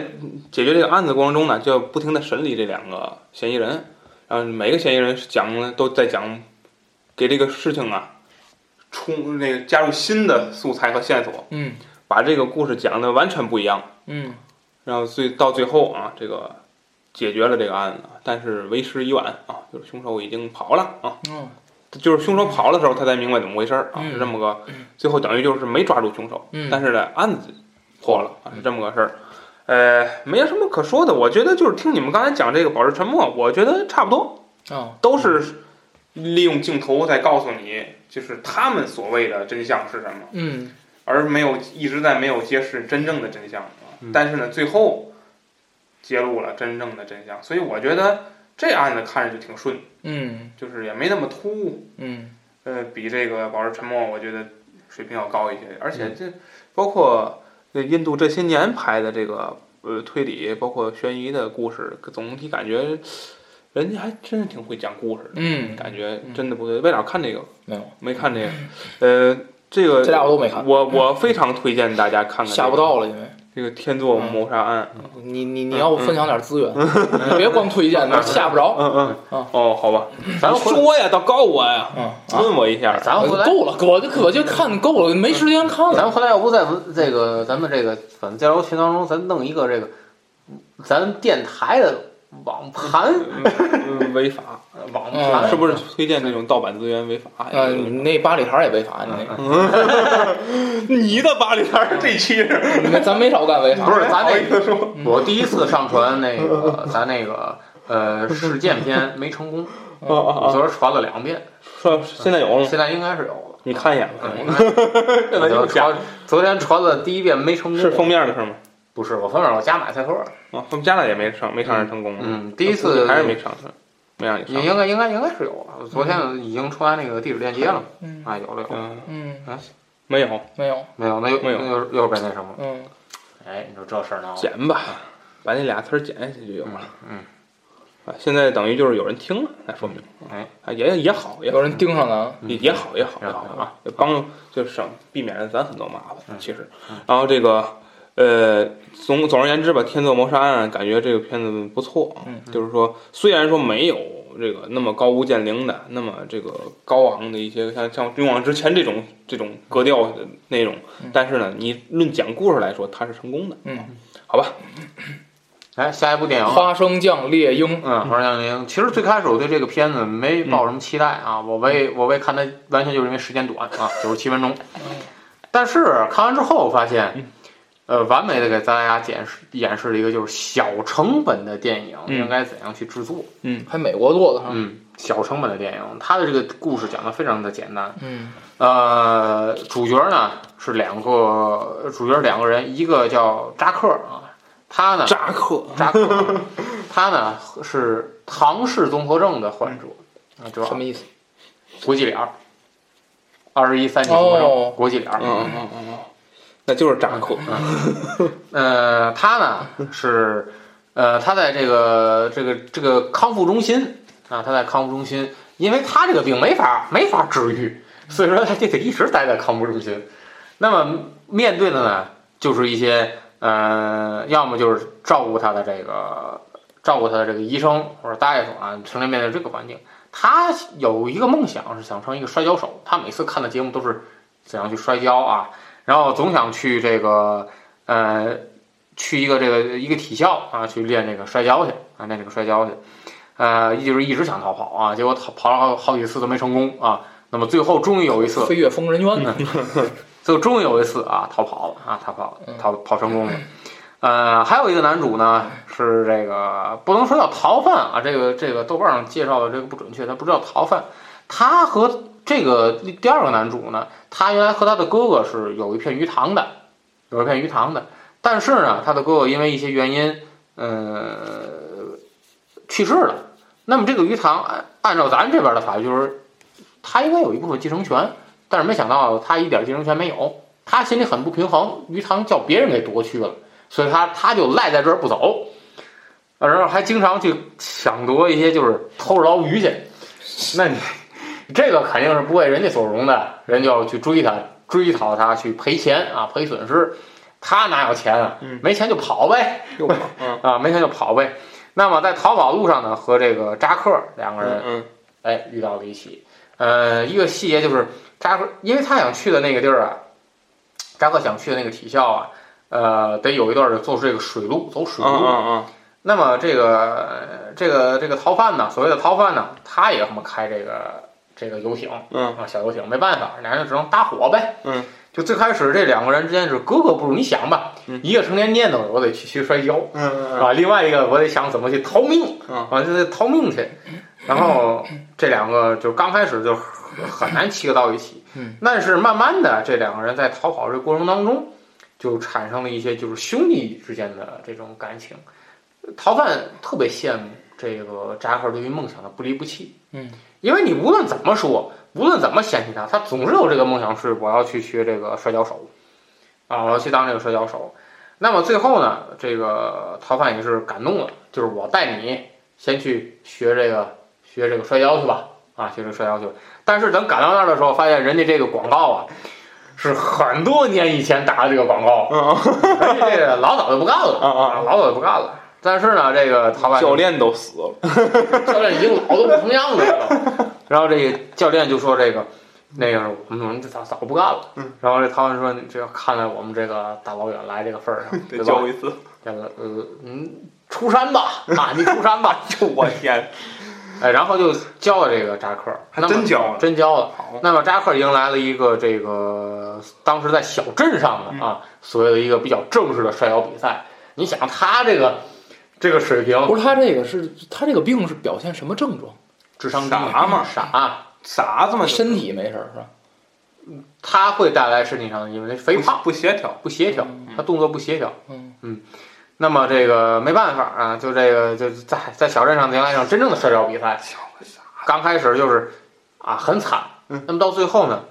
解决这个案子过程中呢，就要不停的审理这两个嫌疑人，然后每个嫌疑人是讲了都在讲给这个事情啊充那个加入新的素材和线索，
嗯
把这个故事讲的完全不一样。
嗯
然后最到最后啊，这个解决了这个案子，但是为时已晚啊，就是凶手已经跑了啊，
嗯，
就是凶手跑了的时候，他才明白怎么回事儿啊，
嗯
是这么个，最后等于就是没抓住凶手，
嗯
但是呢，案子破了啊，是这么个事儿。呃，没有什么可说的，我觉得就是听你们刚才讲这个保持沉默，我觉得差不多，
哦，
都是利用镜头在告诉你，就是他们所谓的真相是什么。
嗯，
而没有一直在没有揭示真正的真相、啊
嗯
但是呢，最后揭露了真正的真相，所以我觉得这案子看着就挺顺，
嗯，
就是也没那么突兀。
嗯，
呃，比这个《保持沉默》我觉得水平要高一些，而且
嗯
这包括这印度这些年拍的这个呃推理，包括悬疑的故事，总体感觉人家还真是挺会讲故事的，
嗯，
感觉真的不对。为啥看这个？
没有，
没看这个。呃，这个
嗯这俩我都没看，嗯
我我非常推荐大家看看、这个、
吓不到嗯了，因为
这个天作谋杀案。
你你你要不分享点资源，你别光推荐，那吓不着。
嗯嗯
嗯
哦，好吧，
咱回
说呀，倒告我呀，
嗯啊，
问我一下。
咱回来，
够了，我就我就看够了，没时间看了。
咱回来，要不在这个咱们这个反正交流群当中，咱弄一个这个咱电台的网盘，
嗯违法，
网
嗯
盘
是不是推荐这种盗版资源违法呀？
嗯，那八里台也违法，你
你的八里台这期是
那你咱没少干违法。
不是 咱那个
说，
我第一次上传那个咱那个呃事件片没成功，
哦哦
我
哦，
昨儿传了两遍，
说现在有了吗？
现在应该是有了。
你看一眼吧
嗯，，应该
现在
我就
有假
传昨天传了第一遍没成功，
是封面的事吗？
不是我封面我加买菜盒，
啊，封加拿大也没上，没上人成功。，
嗯，第一次
还是没上上，没让你
应
上。
应该应该应该是有了，我昨天已经传那个地址链接了，
嗯
啊有了有了，
嗯，
嗯，
没有，
没有，
没有那又
没有
那又又被那什么了。
嗯
哎，你说这事儿闹的，
剪吧，把那俩词儿剪下去就有了。
嗯
啊，现在等于就是有人听了，那说明
哎
啊也也好，也好
有人盯上咱了。
也也好也好
也
也
好
好啊，也帮就省避免了咱很多麻
嗯
烦。其实，然后这个呃，总总而言之吧，《天作谋杀案》感觉这个片子不错啊
嗯，
就是说虽然说没有。这个那么高屋建瓴的，那么这个高昂的一些像像《勇往直前》这种这种格调的内容
嗯，
但是呢，你论讲故事来说，它是成功的。
嗯，
哎，下一部电影啊。
花生酱猎鹰，
嗯，花样零。其实最开始我对这个片子没抱什么期待啊，我为我为看它完全就是因为时间短啊，九十七分钟。但是看完之后，我发现，呃，完美的给大家演示演示了一个就是小成本的电影
嗯
应该怎样去制作。
还美国做的哈。
嗯，小成本的电影，它的这个故事讲的非常的简单。
嗯
呃，主角呢是两个主角两个人，一个叫扎克啊，他呢
扎克，
扎克啊，他呢是唐氏综合症的患者，
嗯
啊，
嗯
对
什
吧
么？意思？
国际脸儿，二十一三期综合症，
哦
国际脸
嗯
儿。
嗯嗯嗯嗯，那就是扎克。
呃，他呢是，呃，他在这个这个这个康复中心啊，他在康复中心，因为他这个病没法没法治愈，所以说他就得一直待在康复中心。那么面对的呢，就是一些呃，要么就是照顾他的这个照顾他的这个医生或者大夫啊，成天面对这个环境。他有一个梦想是想成一个摔跤手，他每次看的节目都是怎样去摔跤啊，然后总想去这个呃去一个这个一个体校啊去练这个摔跤去啊练这个摔跤去，呃就是一直想逃跑啊，结果逃跑了好好几次都没成功啊。那么最后终于有一次，
飞越疯人院呢？
最后终于有一次啊，逃跑了啊，逃跑
嗯
逃跑成功了。呃，还有一个男主呢，是这个不能说叫逃犯啊，这个这个豆瓣上介绍的这个不准确，他不知道逃犯。他和这个第二个男主呢，他原来和他的哥哥是有一片鱼塘的，有一片鱼塘的，但是呢，他的哥哥因为一些原因，呃，去世了。那么这个鱼塘按按照咱这边的法律，就是他应该有一部分继承权，但是没想到他一点继承权没有，他心里很不平衡，鱼塘叫别人给夺去了，所以他他就赖在这儿不走，呃然后还经常去抢夺一些就是偷着捞鱼去，那你这个肯定是不为人家所容的，人就要去追他，追讨他去赔钱啊，赔损失，他哪有钱啊
嗯？
没钱就跑呗，
又跑，嗯
啊，没钱就跑呗。那么在逃跑路上呢，和这个扎克两个人
嗯嗯
哎，遇到了一起。呃，一个细节就是扎克，因为他想去的那个地儿啊，扎克想去的那个体校啊，呃，得有一段儿做出这个水路，走水
嗯
路。
嗯
那么这个这个这个逃犯呢，所谓的逃犯呢，他也他妈开这个这个游艇
嗯
啊，小游艇，没办法，俩人就只能搭伙呗。
嗯，
就最开始这两个人之间是格格不入，你想吧，
嗯
一个成天念叨着我得去去摔跤
嗯嗯
啊，另外一个我得想怎么去逃命
嗯
啊，就得逃命去。然后这两个就刚开始就很难契合到一起，
嗯，
但是慢慢的这两个人在逃跑这过程当中，就产生了一些就是兄弟之间的这种感情。逃犯特别羡慕这个扎克对于梦想的不离不弃，
嗯，
因为你无论怎么说，无论怎么嫌弃他，他总是有这个梦想是我要去学这个摔跤手，啊，我要去当这个摔跤手。那么最后呢，这个逃犯也是感动了，就是我带你先去学这个学这个摔跤去吧，啊，学这个摔跤去。但是等赶到那儿的时候，发现人家这个广告啊，是很多年以前打的这个广告，
嗯
人家这个老早就不干了，
啊啊
啊，老早就不干了。但是呢，这个逃
嗯，
犯
教练都死了。
教练已经老的不成样子 了。然后这个教练就说：“这个，那个我们早早不干了。”
嗯。
然后这陶文说：“这要看在我们这个大老远来这个份儿上，对
得
吧
教我一次，？”
这个呃嗯，出山吧，啊，你出山吧。
就我天，
哎，然后就教了这个扎克，
还真教了
真教了。
好，
那么扎克迎来了一个这个当时在小镇上
嗯
的啊，所谓的一个比较正式的摔跤比赛。你想他这个这个水平，
不是他这个是他这个病是表现什么症状？
智商低
傻嘛
傻，啊
傻子嘛，就
身体没事儿是吧？
它会带来身体上的因为肥
不
胖
不协调。嗯
不协调，它动作不协调。
嗯
那么这个没办法啊，就这个就在在小镇上迎来一场真正的摔跤比赛。刚开始就是啊很惨，
嗯
那么到最后呢，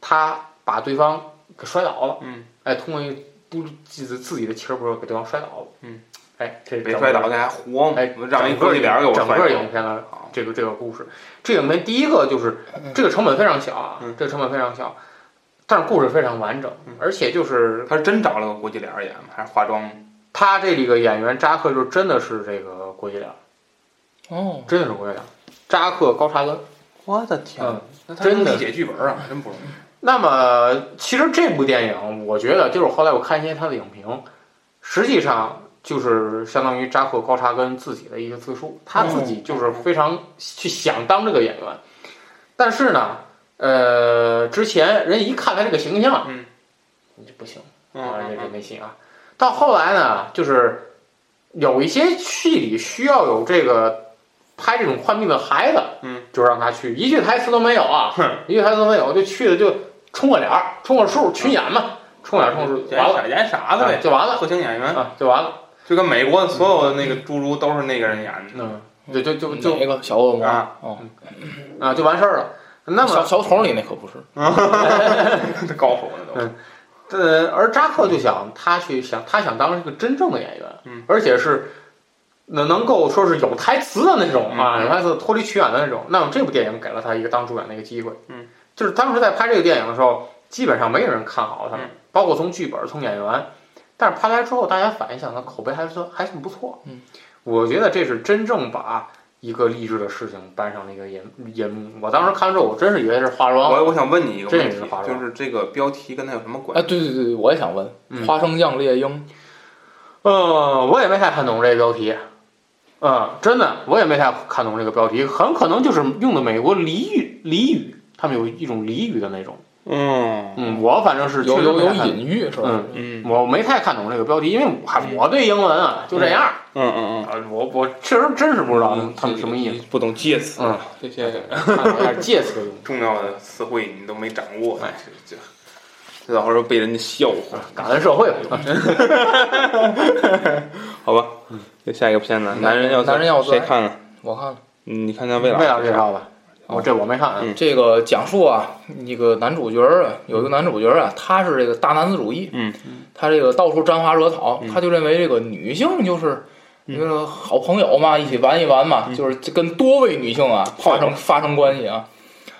他把对方给摔倒了，
嗯，
哎，通过一不自己自己的气儿不够给对方摔倒了，
嗯，
哎，这
没摔倒，那还活吗
哎？
让一
整个
哥一脸给我
整
摔
个
倒
影。片的
好
这个这个故事，这个影片第一个就是这个成本非常小啊
嗯，
这个成本非常小，但是故事非常完整
嗯，
而且就是
他是真找了个国际脸儿演吗？还是化妆？
他这里个演员扎克就真的是这个国际脸，
哦，
真的是国际脸，扎克高查根，
我的天
嗯。
那他能
真的
理解剧本啊，真不容易。
那么其实这部电影，我觉得就是后来我看一些他的影评，实际上就是相当于扎克高查根自己的一个自述，他自己就是非常去想当这个演员，但是呢，呃，之前人一看他这个形象，
嗯，
你这不行。啊，这
嗯
这
嗯
没戏啊。到后来呢，就是有一些戏里需要有这个拍这种患病的孩子，
嗯，
就让他去，一句台词都没有啊
哼，
一句台词都没有，就去了就充个脸儿，充个数，群演嘛，充个脸儿充个
嗯，
数，
演
完了
傻演傻子
啊
呗，
就完了
特型演员，
啊，就完了，
就跟美国所有的那个侏儒都是那个人演的
嗯，就就就
哪
就
个小恶魔？
啊，
哦，
啊就完事儿了。那么
小小桶里那可不是。
高手 那都
嗯。呃，而扎克就想他去想，他想当一个真正的演员，
嗯，
而且是能能够说是有台词的那种啊，
嗯嗯
有台词脱离曲演的那种。那么这部电影给了他一个当主演的一个机会，
嗯，
就是当时在拍这个电影的时候，基本上没有人看好他，
嗯
包括从剧本、从演员，但是拍来之后，大家反应想他口碑还算还算不错，
嗯，
我觉得这是真正把。一个励志的事情搬上了一个银银幕，我当时看完之后，我真是以为是化妆，
我我想问你一个问
这
题
也是化，妆
就是嗯这个标题跟他有什么
哎，
关系？
对对对对，我也想问，
嗯
花生酱猎鹰，
呃，我也没太看懂这个标题，嗯，真的，我也没太看懂这个标题，很可能就是用的美国俚语，俚语，他们有一种俚语的那种，
嗯
嗯，我反正是
有
确实
有
没
有
太看
隐喻是吧？
嗯
嗯
我没太看懂这个标题，因为我还我对英文啊就这样，
嗯嗯
啊，我我确实真是不知道他们什么意思，
思？不懂介词
嗯，
这些
看了一下介词的东西
重要的词汇你都没掌握
哎，
这这这到时候被人家笑话，
嗯
感恩社会吧，
好吧？这下一个片子，
男
男人要
嗯男人要自
谁
爱
看了？
我看了
嗯你看看魏
魏老
老
师
师
介，绍吧，我这我没看啊，
嗯
这个讲述啊，一个男主角啊，有一个男主角啊，他是这个大男子主义，
嗯，
他这个到处沾花惹草，
嗯
他就认为这个女性就是。一个好朋友嘛，一起玩一玩嘛，就是跟多位女性啊发生发生关系啊，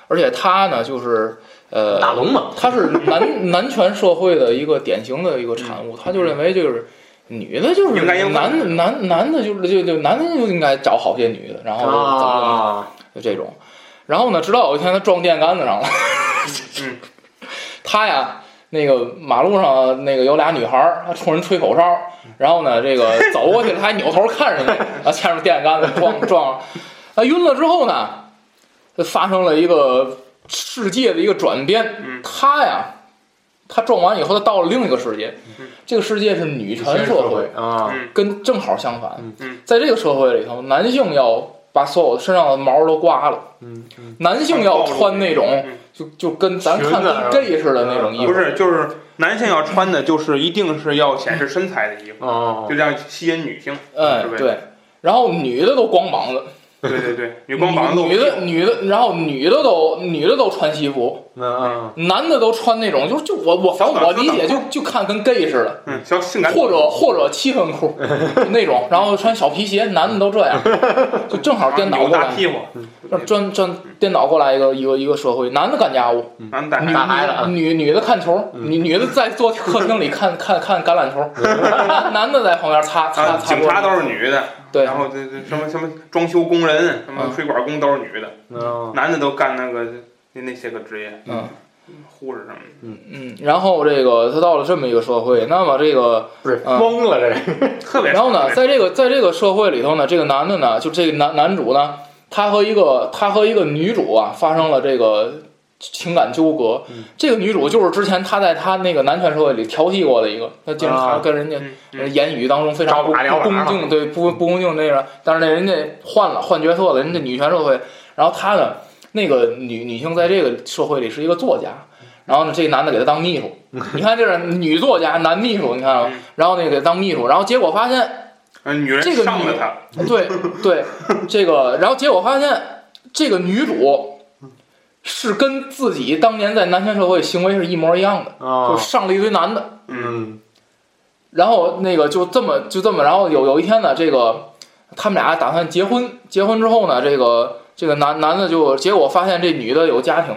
而且他呢，就是呃，
大龙嘛，
他是男男权社会的一个典型的一个产物，他就认为就是女的就是
嗯应该应该
男男男的就是就就男的就应该找好些女的，然后怎么怎么
啊，
就这嗯 种，然后呢，直到有一天他撞电杆子上了，
嗯
他呀那个马路上那个有俩女孩儿她冲人吹口哨，然后呢，这个走过去了，她还扭头看人家，然后掐住电线杆子撞撞了，啊晕了之后呢，就发生了一个世界的一个转变
嗯，
她呀，她撞完以后，她到了另一个世界，这个世界是嗯女权社
全社
会
会，啊，
嗯
跟正好相反
嗯
嗯，
在这个社会里头，男性要把所有身上的毛都刮了，男性要穿那种
嗯
就就跟咱看
裙子是吧
跟 gay 似的那种衣服
不，是，就是男性要穿的，就是一定是要显示身材的衣服，
哦
就，这样吸引女性，
哎
是呗？
对，然后女的都光膀子，
对对对，女光膀子，
女的女的，然后女的都女的都穿西服，
那啊，
男的都穿那种就就我我反正我理解就就看跟 gay 似的，
嗯，小性感，
或者或者七 分裤那种，然后穿小皮鞋，男的都这样，就正好颠倒
啊扭
过
大
来，嗯
屁股，
转转颠倒过来一个一个一个社会，男的干家务，
男大
女
打牌了啊
女女的看球，女女的在坐客厅里看看看橄榄球，男 男的在旁边擦擦
啊，
擦
警
桌
察
子。
都是女的，
对
然后这这什么什么装修工人，什么
嗯
水管工都是女的，
那
男的都干那个那那些个职业，
嗯
护士什么
嗯，然后这个他到了这么一个社会，那么这个，
不是
嗯
疯了这个，
的，特别。
然后呢，
特别
在这个在这个社会里头呢，这个男的呢，就这个男男主呢，他和一个他和一个女主啊发生了这个情感纠葛。这个女主就是之前他在他那个男权社会里调戏过的一个，他竟然他
啊
跟人家
嗯
呃
嗯
言语当中非常不
招把撩
不
把
恭敬，对不不恭敬那个，但是那人家换了换角色了，人家女权社会，然后她呢，那个女女性在这个社会里是一个作家，然后呢，这个男的给她当秘书，你看这是女作家男秘书，你看了吗
嗯？
然后那个给她当秘书，然后结果发现，
呃女人
这个
上
女
了他，
对对，这个，然后结果发现这个女主是跟自己当年在男权社会行为是一模一样的，就
啊，
上了一堆男的，
嗯，
然后那个就这么就这么，然后有有一天呢，这个他们俩打算结婚，结婚之后呢，这个这个男男的就结果发现这女的有家庭，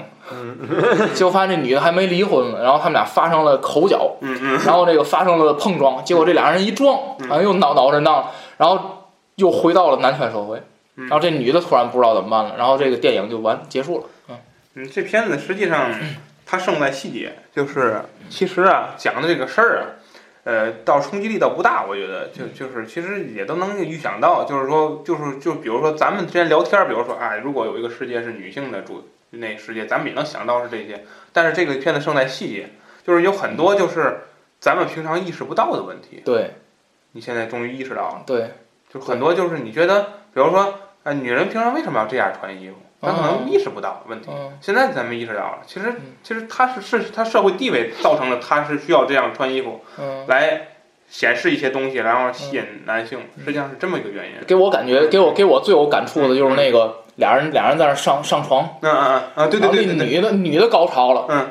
结果发现这女的还没离婚呢，然后他们俩发生了口角，
嗯嗯，
然后这个发生了碰撞，结果这俩人一撞，然后又闹闹震荡了，然后又回到了男权社会，
嗯
然后这女的突然不知道怎么办了，然后这个电影就完结束了。
嗯，这片子实际上它胜在细节，就是其实啊讲的这个事儿啊，呃，倒冲击力倒不大，我觉得就就是其实也都能预想到，就是说就是就比如说咱们之前聊天儿，比如说啊，如果有一个世界是女性的主那世界，咱们也能想到是这些，但是这个片子胜在细节，就是有很多就是咱们平常意识不到的问题，
对
你现在终于意识到了，
对，
就是很多就是你觉得，比如说啊，女人平常为什么要这样穿衣服，咱可能意识不到问题。
嗯
现在咱们意识到了，其实
嗯
其实他是是他社会地位造成了他是需要这样穿衣服
嗯，
来显示一些东西，然后吸引男性，实际上是这么一个原因。
给我感觉给我给我最有感触的就是那个俩人俩人在那上上床。
嗯嗯嗯啊，对对对对
然后
对，
那女的女的高潮了，
嗯，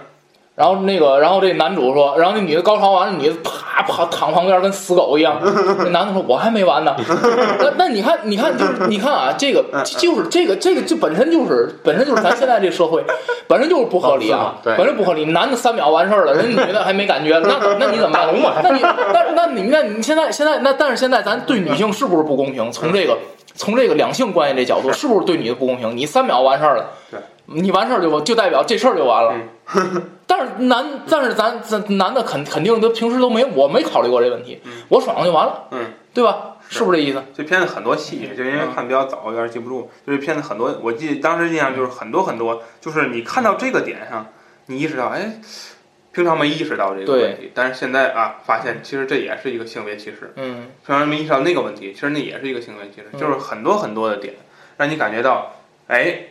然后那个然后这男主说，然后那女的高潮完了，女的啪啪躺旁边跟死狗一 样，那男的说我还没完呢，那那你看你看就是你看啊，这个就是这个这个这本身就是本身就是咱现在这社会本身就是不合理啊
哦，是吗对
本身不合理，男的三秒完事儿了，人家女的还没感觉，那那你怎么办？
大龙嘛
那你那那你那你现在现在那但是现在咱对女性是不是不公平？从这个从这个两性关系这角度，是不是对你的不公平？你三秒完事儿了。你完事儿就就代表这事儿就完了。但是男，但是咱咱男的肯肯定都平时都没我没考虑过这问题，我爽了就完了，
嗯，
对吧？是不是这意思？
这片子很多细
嗯
节，就因为看比较早，有点记不住。就这片子很多，我记当时印象
嗯
就是很多很多，就是你看到这个点上，你意识到，哎，平常没意识到这个
对
问题，但是现在啊，发现其实这也是一个性别歧视。
嗯
虽然没意识到那个问题，其实那也是一个行为歧视，
嗯
就是很多很多的点，让你感觉到，哎，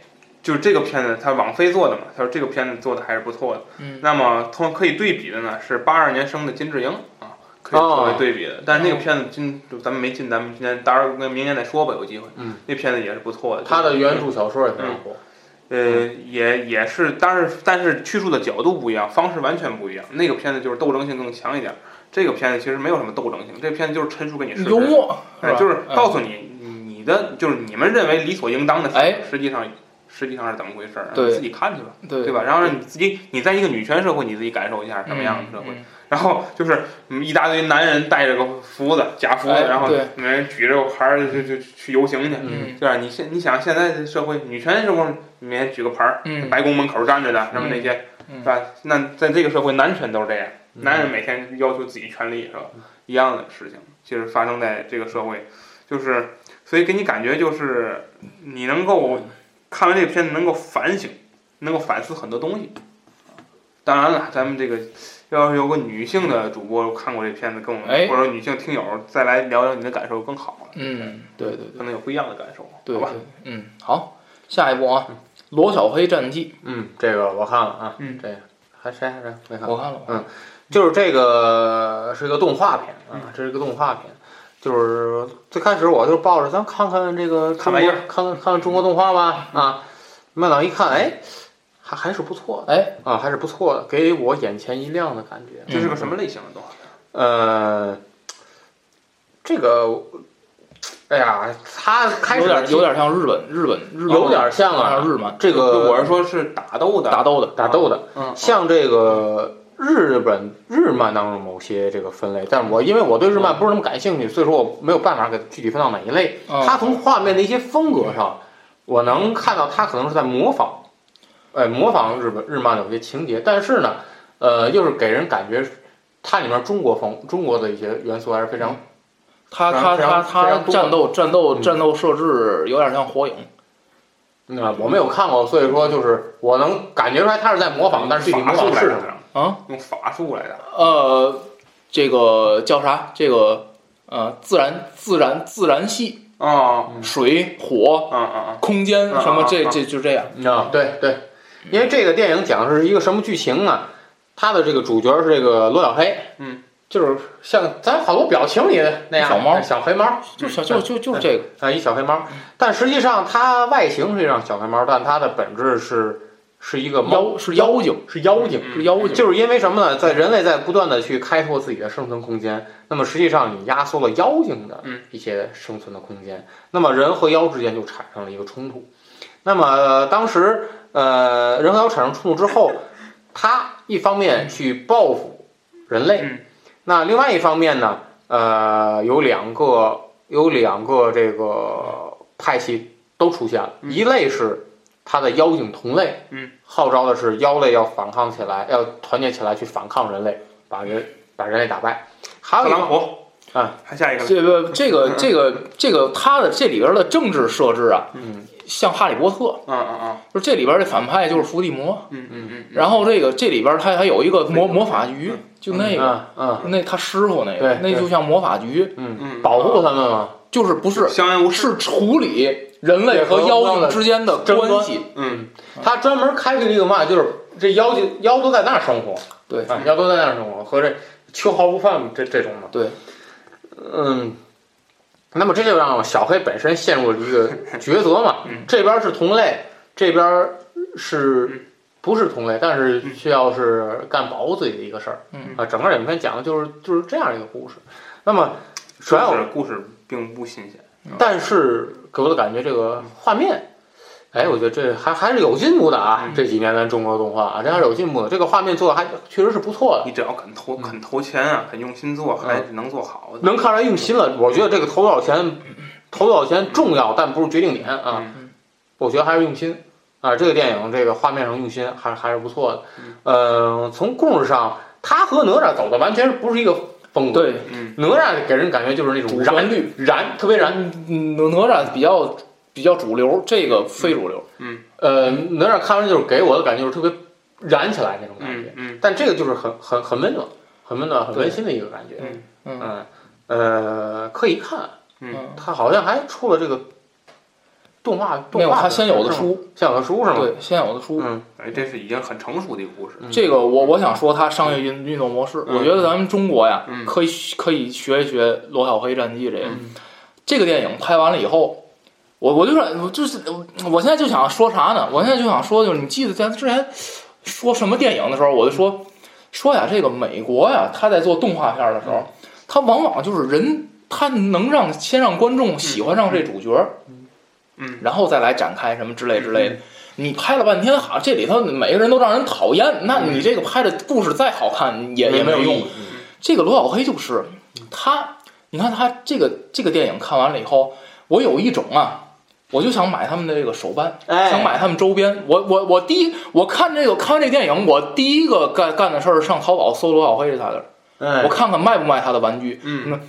就是这个片子，它网飞做的嘛，他说这个片子做的还是不错的。
嗯
那么同可以对比的呢，是八二年生的金智英啊，可以
哦
作为对比的。但是那个
嗯
片子今咱们没进，咱们今天当然跟明年再说吧，有机会。
嗯，
那片子也是不错的。
他的
就是
原著小说也非常火，
呃，也也是，但是但是叙述的角度不一样，方式完全不一样。那个片子就是斗争性更强一点，这个片子其实没有什么斗争性，这片子就是陈述给你事实
幽默是
哎，
吧？
就是
嗯
告诉你，你的就是你们认为理所应当的事情，
哎
实际上实际上是怎么回事儿，
对
你自己看去吧，
对嗯
对吧？然后让你自己，你在一个女权社会，你自己感受一下什么样的社会。然后就是嗯一大堆男人带着个福子假福子，
哎
然后
对
每人举着个牌儿就就就去游行去，
嗯
对吧？你现你想现在的社会，女权社会，每天举个牌儿，
嗯
白宫门口站着的什么那些，
嗯
是吧？那在这个社会，男权都是这样，男人每天要求自己权利，是吧？
嗯
一样的事情，其实发生在这个社会，就是所以给你感觉就是你能够
嗯
看完这个片子能够反省，能够反思很多东西。当然了，咱们这个要是有个女性的主播看过这片子，跟我们、
哎
或者女性听友再来聊聊你的感受更好了，
嗯，对对
可能有不一样的感受，
对，
好吧？
对，嗯，好，下一步啊，罗小黑战记，
嗯，这个我看了啊，
嗯
这个还谁还谁没看？
我看了，
就是这个是一个动画片
嗯
啊，这是一个动画片。就是最开始我就抱着咱看看这个
看玩意儿
中国看看看看中国动画吧啊，没想到一看，哎，还还是不错的
哎，
啊，还是不错的，给我眼前一亮的感觉。
嗯
这是个什么类型的动画？
呃，这个，哎呀，他开
有
始
点有点像日本日本日本
有点像啊
像，日本
这个
我是说是打斗的，
打斗的，
打斗的，
嗯，
像这个日本日漫当中某些这个分类，但我因为我对日漫不是那么感兴趣，所以说我没有办法给具体分到哪一类。
嗯
它从画面的一些风格上，我能看到它可能是在模仿，呃，模仿日本日漫的有些情节，但是呢，呃，又是给人感觉它里面中国风中国的一些元素还是非常
他
非
他
常
他
非
他
常多
战斗战斗
嗯
战斗设置有点像火影，
那我没有看过，所以说就是我能感觉出来他是在模仿，但是具体模
法术
仿
来
是什么？
的，
啊，
用法术来的，
呃，这个叫啥？这个呃，自然自然自然系，
哦，
水火
啊啊
空间
啊
什么
啊
这
啊
这就这样，
啊，对对，因为这个电影讲的是一个什么剧情呢？它的这个主角是这个罗小黑，
嗯，
就是像咱好多表情里的那样
小猫嗯
小黑猫
就小就就就是这个，
啊，一小黑猫，但实际上它外形是一张小黑猫，但它的本质是是一个猫，
妖是妖精，
是妖精。
嗯
是妖精，
就是因为什么呢？在人类在不断的去开拓自己的生存空间，那么实际上你压缩了妖精的
嗯
一些生存的空间，那么人和妖之间就产生了一个冲突。那么、呃当时呃，人和妖产生冲突之后，他一方面去报复人类，
嗯
那另外一方面呢，呃，有两个有两个这个派系都出现了，
嗯
一类是他的妖精同类，
嗯，
号召的是妖类要反抗起来，要团结起来去反抗人类，把人把人类打败。还
啊，
有
特
一
朗
个，
普
啊，
还下一个呢，
这个这个这个这个他的这里边的政治设置啊，
嗯
像哈利波特，
啊啊啊，
就是这里边的反派就是伏地魔，
嗯嗯嗯，
然后这个这里边他还有一个魔魔法局，就那个
嗯嗯
那他师傅那个，
对
那就像魔法局，
嗯，
嗯，
保护他们嘛，
就是不是
相安无事，
是处理人类和妖精之间的关系，
嗯，
他专门开辟了一个嘛，就是这妖精妖都在那儿生活，
对
啊，妖都在那儿生活，和这秋毫不犯这这种的，
对，
嗯。那么这就让小黑本身陷入了一个抉择嘛，
嗯
这边是同类，这边是不是同类？但是需要是干保护自己的一个事儿，
嗯
啊，整个影片讲的就是就是这样一个故事。那么主要
故事故事并不新鲜，
但是给我的感觉，这个画面，哎，我觉得这还还是有进步的啊
嗯！
这几年咱中国动画啊，这还是有进步的，这个画面做的还确实是不错的，
你只要肯投肯投钱啊，肯用心做，还是能做好的。
能看出来用心了。我觉得这个投多少钱，投多少钱重要，但不是决定点啊。
嗯
我觉得还是用心啊，这个电影这个画面上用心还还是不错的。
嗯
呃，从故事上，他和哪吒走的完全不是一个风格。
对，
嗯
哪吒给人感觉就是那种
主
燃
旋律，
燃，特别燃。
嗯哪吒比较比较主流，这个非主流，
呃，哪吒看完就是给我的感觉就是特别燃起来那种感觉，
嗯嗯
但这个就是很很很温暖、很温暖、很温馨的一个感觉。
嗯
嗯
嗯呃，可以看，
嗯，
它好像还出了这个动画
没
动
有
画，
他先有的，书，
先有的书是吗？
对，先有的书，
嗯
哎，这是已经很成熟的一个故事。
嗯
这个我我想说它商业运运作模式，
嗯
我觉得咱们中国呀，
嗯
可以可以学一学《罗小黑战记》这个、
嗯
这个电影拍完了以后，我我就说，我就是我现在就想说啥呢？我现在就想说，就是你记得咱之前说什么电影的时候，我就说说呀，这个美国呀，他在做动画片的时
嗯
候，他往往就是人，他能让先让观众喜欢上这主角，
嗯嗯嗯
然后再来展开什么之类之类的。你拍了半天，好像这里头每个人都让人讨厌，那
嗯
你这个拍的故事再好看也也没有用。这个罗小黑就是他，你看他这个这个电影看完了以后，我有一种啊，我就想买他们的这个手办，
哎
想买他们周边。我我我第一，我看这个看完这电影，我第一个干干的事儿是上淘宝搜罗小黑这仨字儿，
哎
我看看卖不卖他的玩具。
嗯，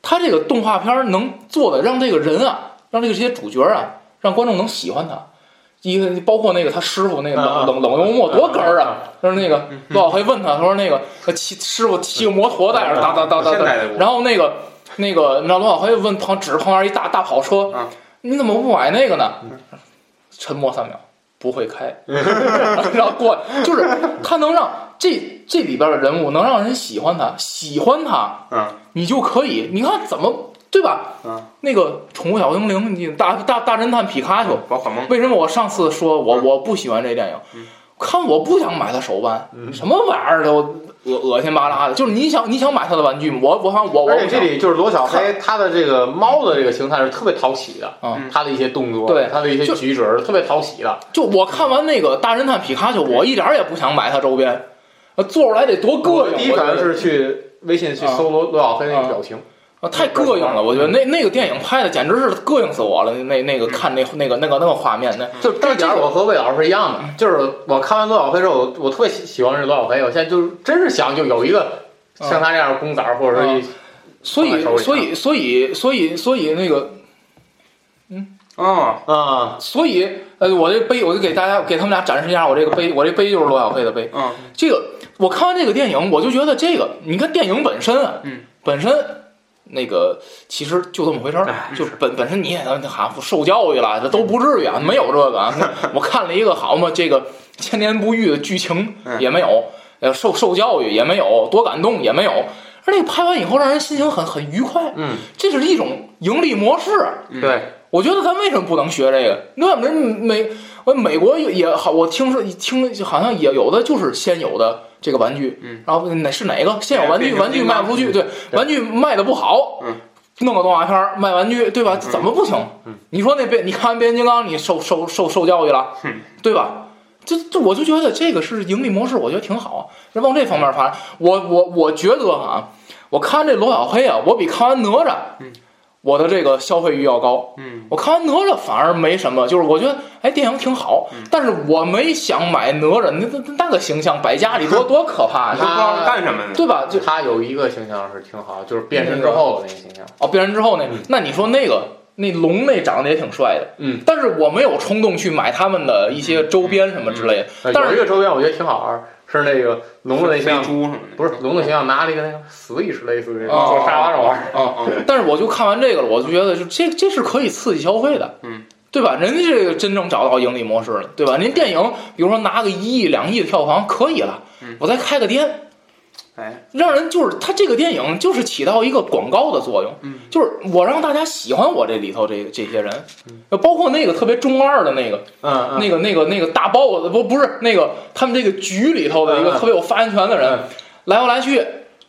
他这个动画片儿能做的，让这个人啊，让这个这些主角啊，让观众能喜欢他。一个包括那个他师傅那个冷、
啊啊
冷冷幽默多哏儿啊！就是那个
嗯
罗小黑问他，他说那个他骑师傅骑个摩托在那儿哒哒哒哒
现
哒
代的，
然后那个那个，你知道罗小黑问旁指着旁边一大大跑车
啊，
你怎么不买那个呢？沉默三秒，不会开，然后过来就是他能让这这里边的人物能让人喜欢他，喜欢他，
嗯，
你就可以，你看怎么对吧？
嗯，
那个宠物小精灵，你大大大侦探皮卡丘，
宝可梦，
为什么我上次说
嗯
我我不喜欢这电影？看我不想买他手办，
嗯
什么玩意儿都恶恶心巴拉的。就是你想你想买他的玩具吗？我我想我我
而
不
且这
想。
里就是罗小黑，他的这个猫的这个形态是特别讨喜的，
嗯
他的一些动作，
对
他的一些
就
举止是特别讨喜的。
就我看完那个大侦探皮卡丘，我一点儿也不想买他周边，呃做出来得多膈应。
第一
我觉
反应
得
是去微信
嗯
去搜罗罗小黑那个表情，
啊，太膈应了！我
嗯
觉得那那个电影拍的简直是膈应死我了。那那个看那那个那个那个画面，那
就这点
但
儿
这个
我和魏老师是一样的，就是我看完罗小黑之后，我我特别喜喜欢这罗小黑，我现在就是真是想就有一个
啊
像他这样的公仔儿，或者说一
所以
放在手里
所
啊
以所以所以所以那个
哦，
啊，
所以，呃，我这杯，我就给大家给他们俩展示一下我这个杯，我这杯就是罗小黑的杯。
嗯，
这个我看完这个电影，我就觉得这个，你看电影本身啊，
嗯，
本身那个其实就这么回事儿，
哎
就本本身你也能哈受教育了，这都不至于啊，没有这 个啊。
嗯
我看了一个好嘛，这个千年不遇的剧情
嗯
也没有，呃，受受教育也没有，多感动也没有。而且拍完以后让人心情很很愉快，
嗯，
这是一种盈利模式，啊
嗯
对，
我觉得咱为什么不能学这个？那美美我美国也好，我听说听好像也有的就是先有的这个玩具，
嗯，哎
然后哪是哪个现有玩
变
具，
形
玩具
金刚
卖不出去，对，玩具卖的不好，
嗯，
弄个动画片儿卖玩具，对吧？怎么不行？嗯，你说那变你看完变形金刚，你受受受受教育了，
哼
对吧？这这，我就觉得这个是盈利模式，我觉得挺好。那往这方面发展，我我我觉得啊，我看这罗小黑啊，我比看完哪吒，
嗯，
我的这个消费欲要高，
嗯，
我看完哪吒反而没什么，就是我觉得哎电影挺好，但是我没想买哪吒那那那个形象摆家里多多可怕，
都不知
呀，
道是干什么的，
对吧？就
他有一个形象是挺好，就是变身之后的那个形象，
哦变人之后那那你说那个那龙那长得也挺帅的，
嗯，
但是我没有冲动去买他们的一些周边什么之类的，
呃
但是
有一个周边我觉得挺好玩儿，是那个龙的那
飞
形象，
猪什么的，
不是龙的形象拿了一个那个 Switch 类似于
哦
坐沙发上玩儿，
嗯
啊、但是我就看完这个了，我就觉得就这这是可以刺激消费的，
嗯，
对吧？人家这个真正找到盈利模式了，对吧？您电影比如说拿个一亿两亿的票房可以了，
嗯
我再开个店，
哎，
让人就是他这个电影就是起到一个广告的作用，
嗯，
就是我让大家喜欢我这里头这这些人，包括那个特别中二的那个、
嗯嗯，
那个那个那个大 boss 不不是那个他们这个局里头的一
嗯
个
嗯
特别有发言权的人，来回来去，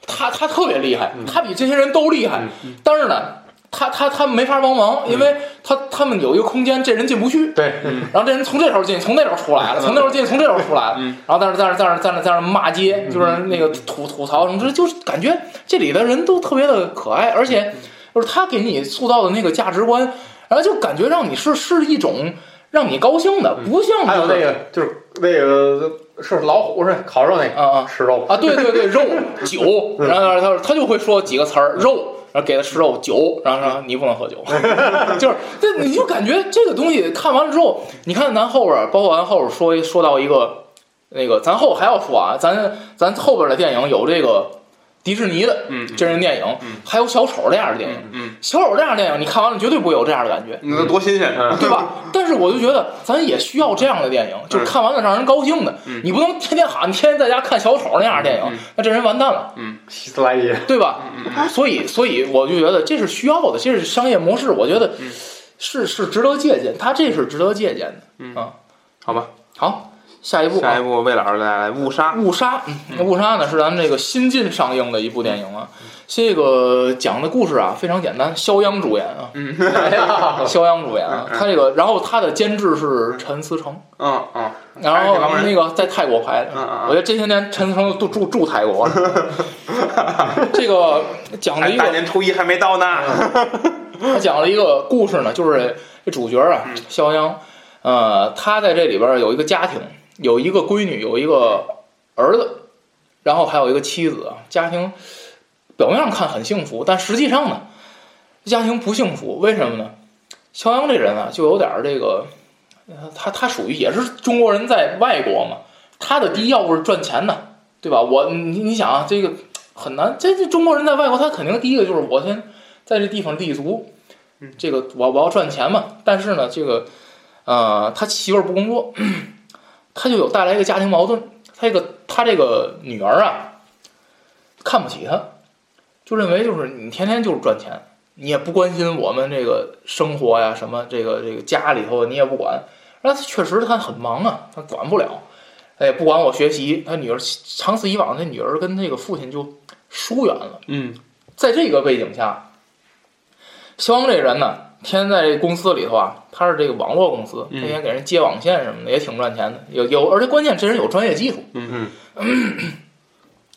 他他特别厉
嗯
害，他比这些人都厉害，但是呢，他他他没法帮忙，
嗯
因为他他们有一个空间，这人进不去。
对，
然后这人从这头进，从那头出来了，从那头进，从这头出来了。
嗯
然后在那在那在那在那在那骂街，就是那个吐吐槽什么之，就是感觉这里的人都特别的可爱，而且就是他给你塑造的那个价值观，然后就感觉让你是是一种让你高兴的，不像
嗯还有
就是
那个就是那个是老虎是烤肉那个
啊啊
吃肉
啊，对对对，肉酒，
嗯
然后他他就会说几个词儿，肉，然后给他吃肉酒，然后说你不能 喝酒， 就是这你就感觉这个东西看完了之后，你看咱后边儿，包括咱后边儿说说到一个那个，咱后还要说啊，咱咱后边儿的电影有这个迪士尼的
嗯，
真人电影，还有小丑这样的电影，
嗯，
小丑这样的电影你看完了绝对不会有这样的感觉，
那都多新鲜
嗯
啊！
对吧？但是我就觉得咱也需要这样的电影，就是看完了让人高兴的。
嗯
你不能天天喊，你天天在家看小丑那样的电影，
嗯
那这人完蛋了，
希斯莱耶，
对吧？所以，所以我就觉得这是需要的，这是商业模式，我觉得
嗯
是、是值得借鉴，他这是值得借鉴的。
嗯
啊，
好吧，
好，下一部
下
啊
一，部啊魏老师带来《误杀》，
误杀，嗯，误杀呢是咱们这个新近上映的一部电影啊。这个讲的故事啊非常简单，肖央主演啊，
嗯
肖央主演啊，他这个，然后他的监制是陈思诚，
嗯嗯
然
这
后
帮人
那个在泰国拍的
嗯嗯，嗯
我觉得这些年陈思诚都住住泰国了。 这个讲了
还
一
大
个
年初一还没到呢。
他讲了一个故事呢，就是这主角啊，肖央，呃，他在这里边有一个家庭，有一个闺女，有一个儿子，然后还有一个妻子啊，家庭表面上看很幸福，但实际上呢，家庭不幸福，为什么呢？肖央这人啊，就有点儿这个，呃他他属于也是中国人在外国嘛，他的第一要务是赚钱呢，对吧？我你你想啊，这个很难，这这中国人在外国，他肯定第一个就是我先在这地方立足，这个我我要赚钱嘛。但是呢，这个呃，他媳妇儿不工作， 他就有带来一个家庭矛盾。他这个他这个女儿啊，看不起他，就认为就是你天天就是赚钱，你也不关心我们这个生活呀，什么这个这个家里头你也不管。那确实他很忙啊，他管不了，哎，不管我学习。他女儿长此以往，他女儿跟那个父亲就疏远了。
嗯
在这个背景下，肖央这人呢，天天在这公司里头啊，他是这个网络公司，
嗯
天天给人接网线什么的，也挺赚钱的。有有，而且关键这人有专业技术，
嗯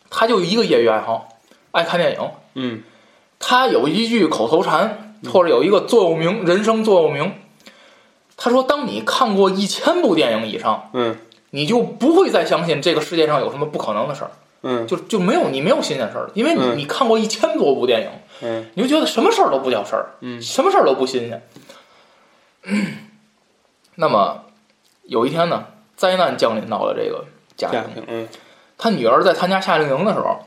他就一个业余爱好，爱看电影。
嗯
他有一句口头禅，或者有一个座右铭，人生座右铭。他说：“当你看过一千部电影以上，
嗯
你就不会再相信这个世界上有什么不可能的事儿，
嗯
就就没有你没有新鲜事儿了，因为你、
嗯
你看过一千多部电影，
嗯
你就觉得什么事儿都不叫事儿，
嗯
什么事儿都不新鲜。那么有一天呢，灾难降临到了这个家
家
庭，
庭嗯
他女儿在参加夏令营的时候，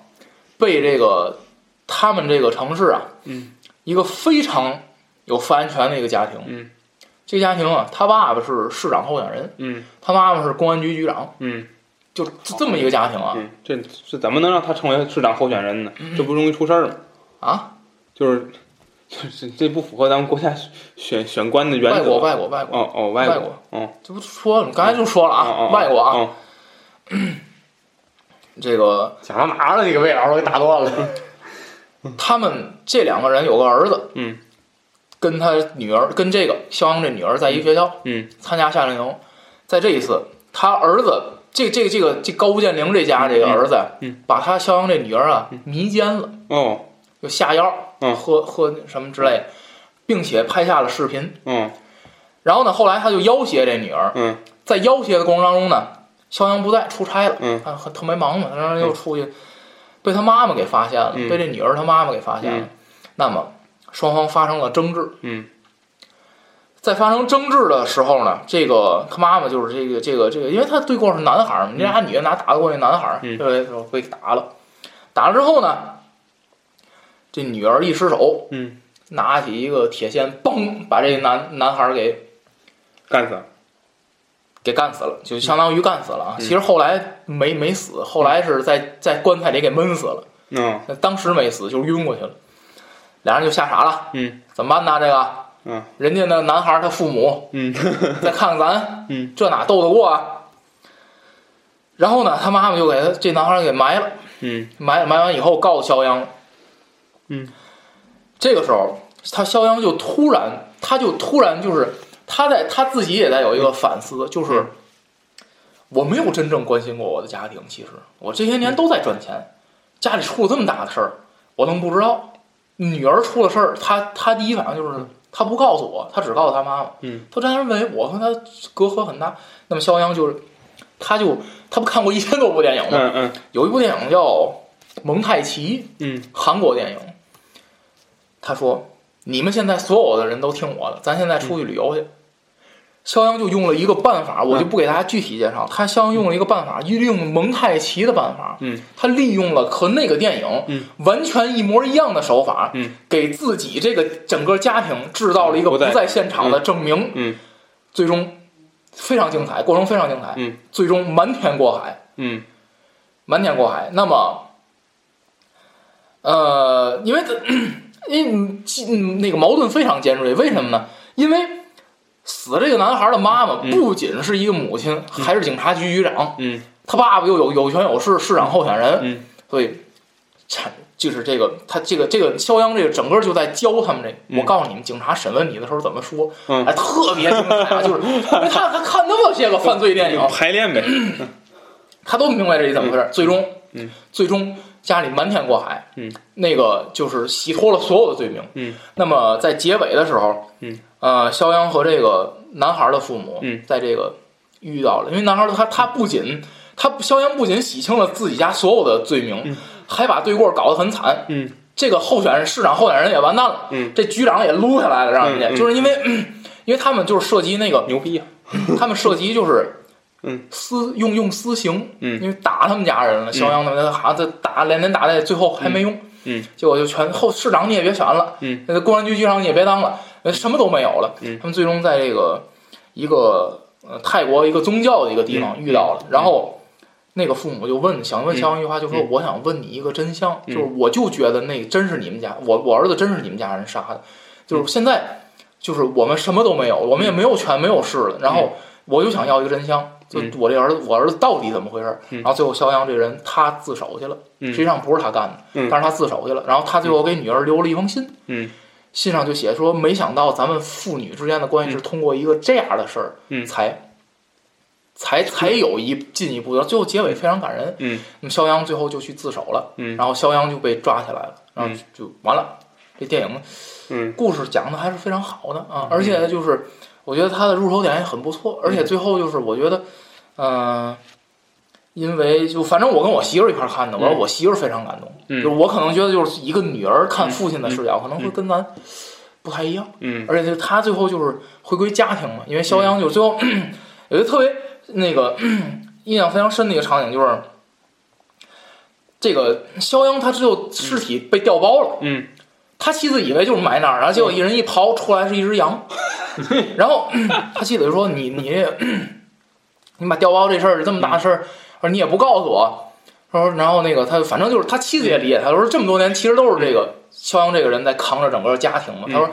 被这个他们这个城市啊，
嗯，
一个非常有发言权的一个家庭，
嗯，
这家庭啊，他爸爸是市长候选人，
嗯
他妈妈是公安局局长，
嗯
就这么一个家庭啊、
嗯，这这怎么能让他成为市长候选人呢？这不容易出事儿吗？
啊，
就是就是 这不符合咱们国家选选官的原
外
则。
国外国外国，
哦哦外
外
国
国
哦
这不说了，刚才就说了
哦哦
啊，外国啊，
哦
这个
讲到哪儿了？你给魏老师我给打断了。
他们这两个人有个儿子，
嗯，
跟他女儿跟这个肖央这女儿在一个学校，
嗯，
参加夏令营，在这一次，他儿子这这这个这高建玲这家这个儿子，
嗯，
把他肖央这女儿啊迷奸了，
哦
就下药，
嗯
喝喝什么之类，并且拍下了视频。
哦
然后呢，后来他就要挟这女儿，
嗯
在要挟的过程当中呢，肖央不在，出差了，
嗯
他很特没忙嘛，然后又出去，被他妈妈给发现了，
嗯
被这女儿他妈妈给发现了，
嗯
那么双方发生了争执。
嗯
在发生争执的时候呢，这个他妈妈就是这个这个这个，因为他对过是男孩儿嘛，你这俩女的哪打得过那男孩儿，
嗯
对不对？就被打了，打了之后呢，这女儿一失手，
嗯，
拿起一个铁锨，嘣，把这男男孩儿给
干死了。
给干死了，就相当于干死了啊。
嗯
其实后来没没死，后来是在在棺材里给闷死了，
嗯
当时没死，就是晕过去了。俩人就吓傻了，
嗯
怎么办呢？这个，
嗯，
人家那男孩儿他父母
嗯
再看看咱，
嗯，
这哪斗得过啊？然后呢，他妈妈就给他这男孩儿给埋了，
嗯
埋埋完以后告诉肖央，
嗯，
这个时候他肖央就突然，他就突然就是他在他自己也在有一个反思，就是我没有真正关心过我的家庭，其实我这些年都在赚钱，家里出了这么大的事儿，我怎么不知道？女儿出了事儿，他他第一反应就是他不告诉我，他只告诉他妈妈。
嗯，
他真认为我和他隔阂很大。那么肖央就是，他就他不看过一千多部电影吗？
嗯嗯
有一部电影叫《蒙太奇》，
嗯，
韩国电影。他说：“你们现在所有的人都听我的，咱现在出去旅游去。肖央就用了一个办法，我就不给大家具体介绍。他肖央用了一个办法，利用蒙太奇的办法，
嗯，
他利用了和那个电影
嗯
完全一模一样的手法，
嗯，
给自己这个整个家庭制造了一个
不
不
在
在现场的证明，
嗯
最终非常精彩，过程非常精彩，
嗯，
最终瞒天过海，
嗯
瞒天过海。那么，呃， 因为这因为嗯那个矛盾非常尖锐，为什么呢？因为死这个男孩的妈妈不仅是一个母亲，还是警察局局长，
嗯，
他爸爸又有有权有势，市长候选人，
嗯
所以产就是这个他这个这个肖央这个整个就在教他们这，我告诉你们，警察审问你的时候怎么说，
嗯
哎，特别精彩啊，就是 因为他他看那么些个犯罪 电影，
排练呗，
他都明白这是怎么回事儿。最终，
嗯
最终家里瞒天过海，
嗯，
那个就是洗脱了所有的罪名，
嗯。
那么在结尾的时候，
嗯，
呃，肖央和这个男孩的父母，
嗯，
在这个遇到了，因为男孩他他不仅他肖央不仅洗清了自己家所有的罪名，还把对过搞得很惨，
嗯，
这个候选人市长候选人也完蛋了，
嗯，
这局长也撸下来了，让人家、
嗯嗯
就是因为。因为他们就是涉及那个
牛逼啊！
他们涉及就是，
嗯，
私用用私刑，
嗯
因为打他们家人了，肖央他们好像在打连连打带，最后还没用，
嗯嗯
结果就全后市长你也别选了，
嗯，
那公安局局长你也别当了，呃什么都没有了，
嗯
他们最终在这个一个呃泰国一个宗教的一个地方
嗯
遇到了，然后。那个父母就问，想
嗯
问肖央一句话，就说：“
嗯
我想问你一个真相，
嗯
就是我就觉得那真是你们家，我我儿子真是你们家人杀的，就是现在，就是我们什么都没有，我们也没有权没有势了，然后我就想要一个真相，就
嗯
我这儿子，我儿子到底怎么回事？
嗯
然后最后肖央这人他自首去了，
嗯
实际上不是他干的，
嗯
但是他自首去了。然后他最后给女儿留了一封信，
嗯
信上就写说，没想到咱们父女之间的关系是通过一个这样的事儿，
嗯
才才才有一进一步的。最后结尾非常感人，
嗯
那么肖央最后就去自首了，
嗯
然后肖央就被抓起来了，然后
嗯
就就完了。这电影
嗯
故事讲的还是非常好的啊，而且就是我觉得它的入手点也很
嗯
不错，而且最后就是我觉得，嗯、因为就反正我跟我媳妇儿一块儿看的，我说我媳妇儿非常感动，
嗯
就是我可能觉得就是一个女儿看父亲的
嗯
视角，可能会跟咱不太一样，
嗯
而且就是他最后就是回归家庭嘛，因为肖央就是最后、 有一个特别那个 印象非常深的一个场景就是。这个肖央他只有尸体被调包了，
嗯
他妻子以为就是埋那儿，然后结果一人一刨出来是一只羊， 然后 他妻子就说：“你你 你把调包这事儿这么大事
嗯
儿，说你也不告诉我。”他说，然后那个他反正就是他妻子也理解他，他说这么多年其实都是这个肖央这个人在扛着整个家庭嘛。他
嗯
说，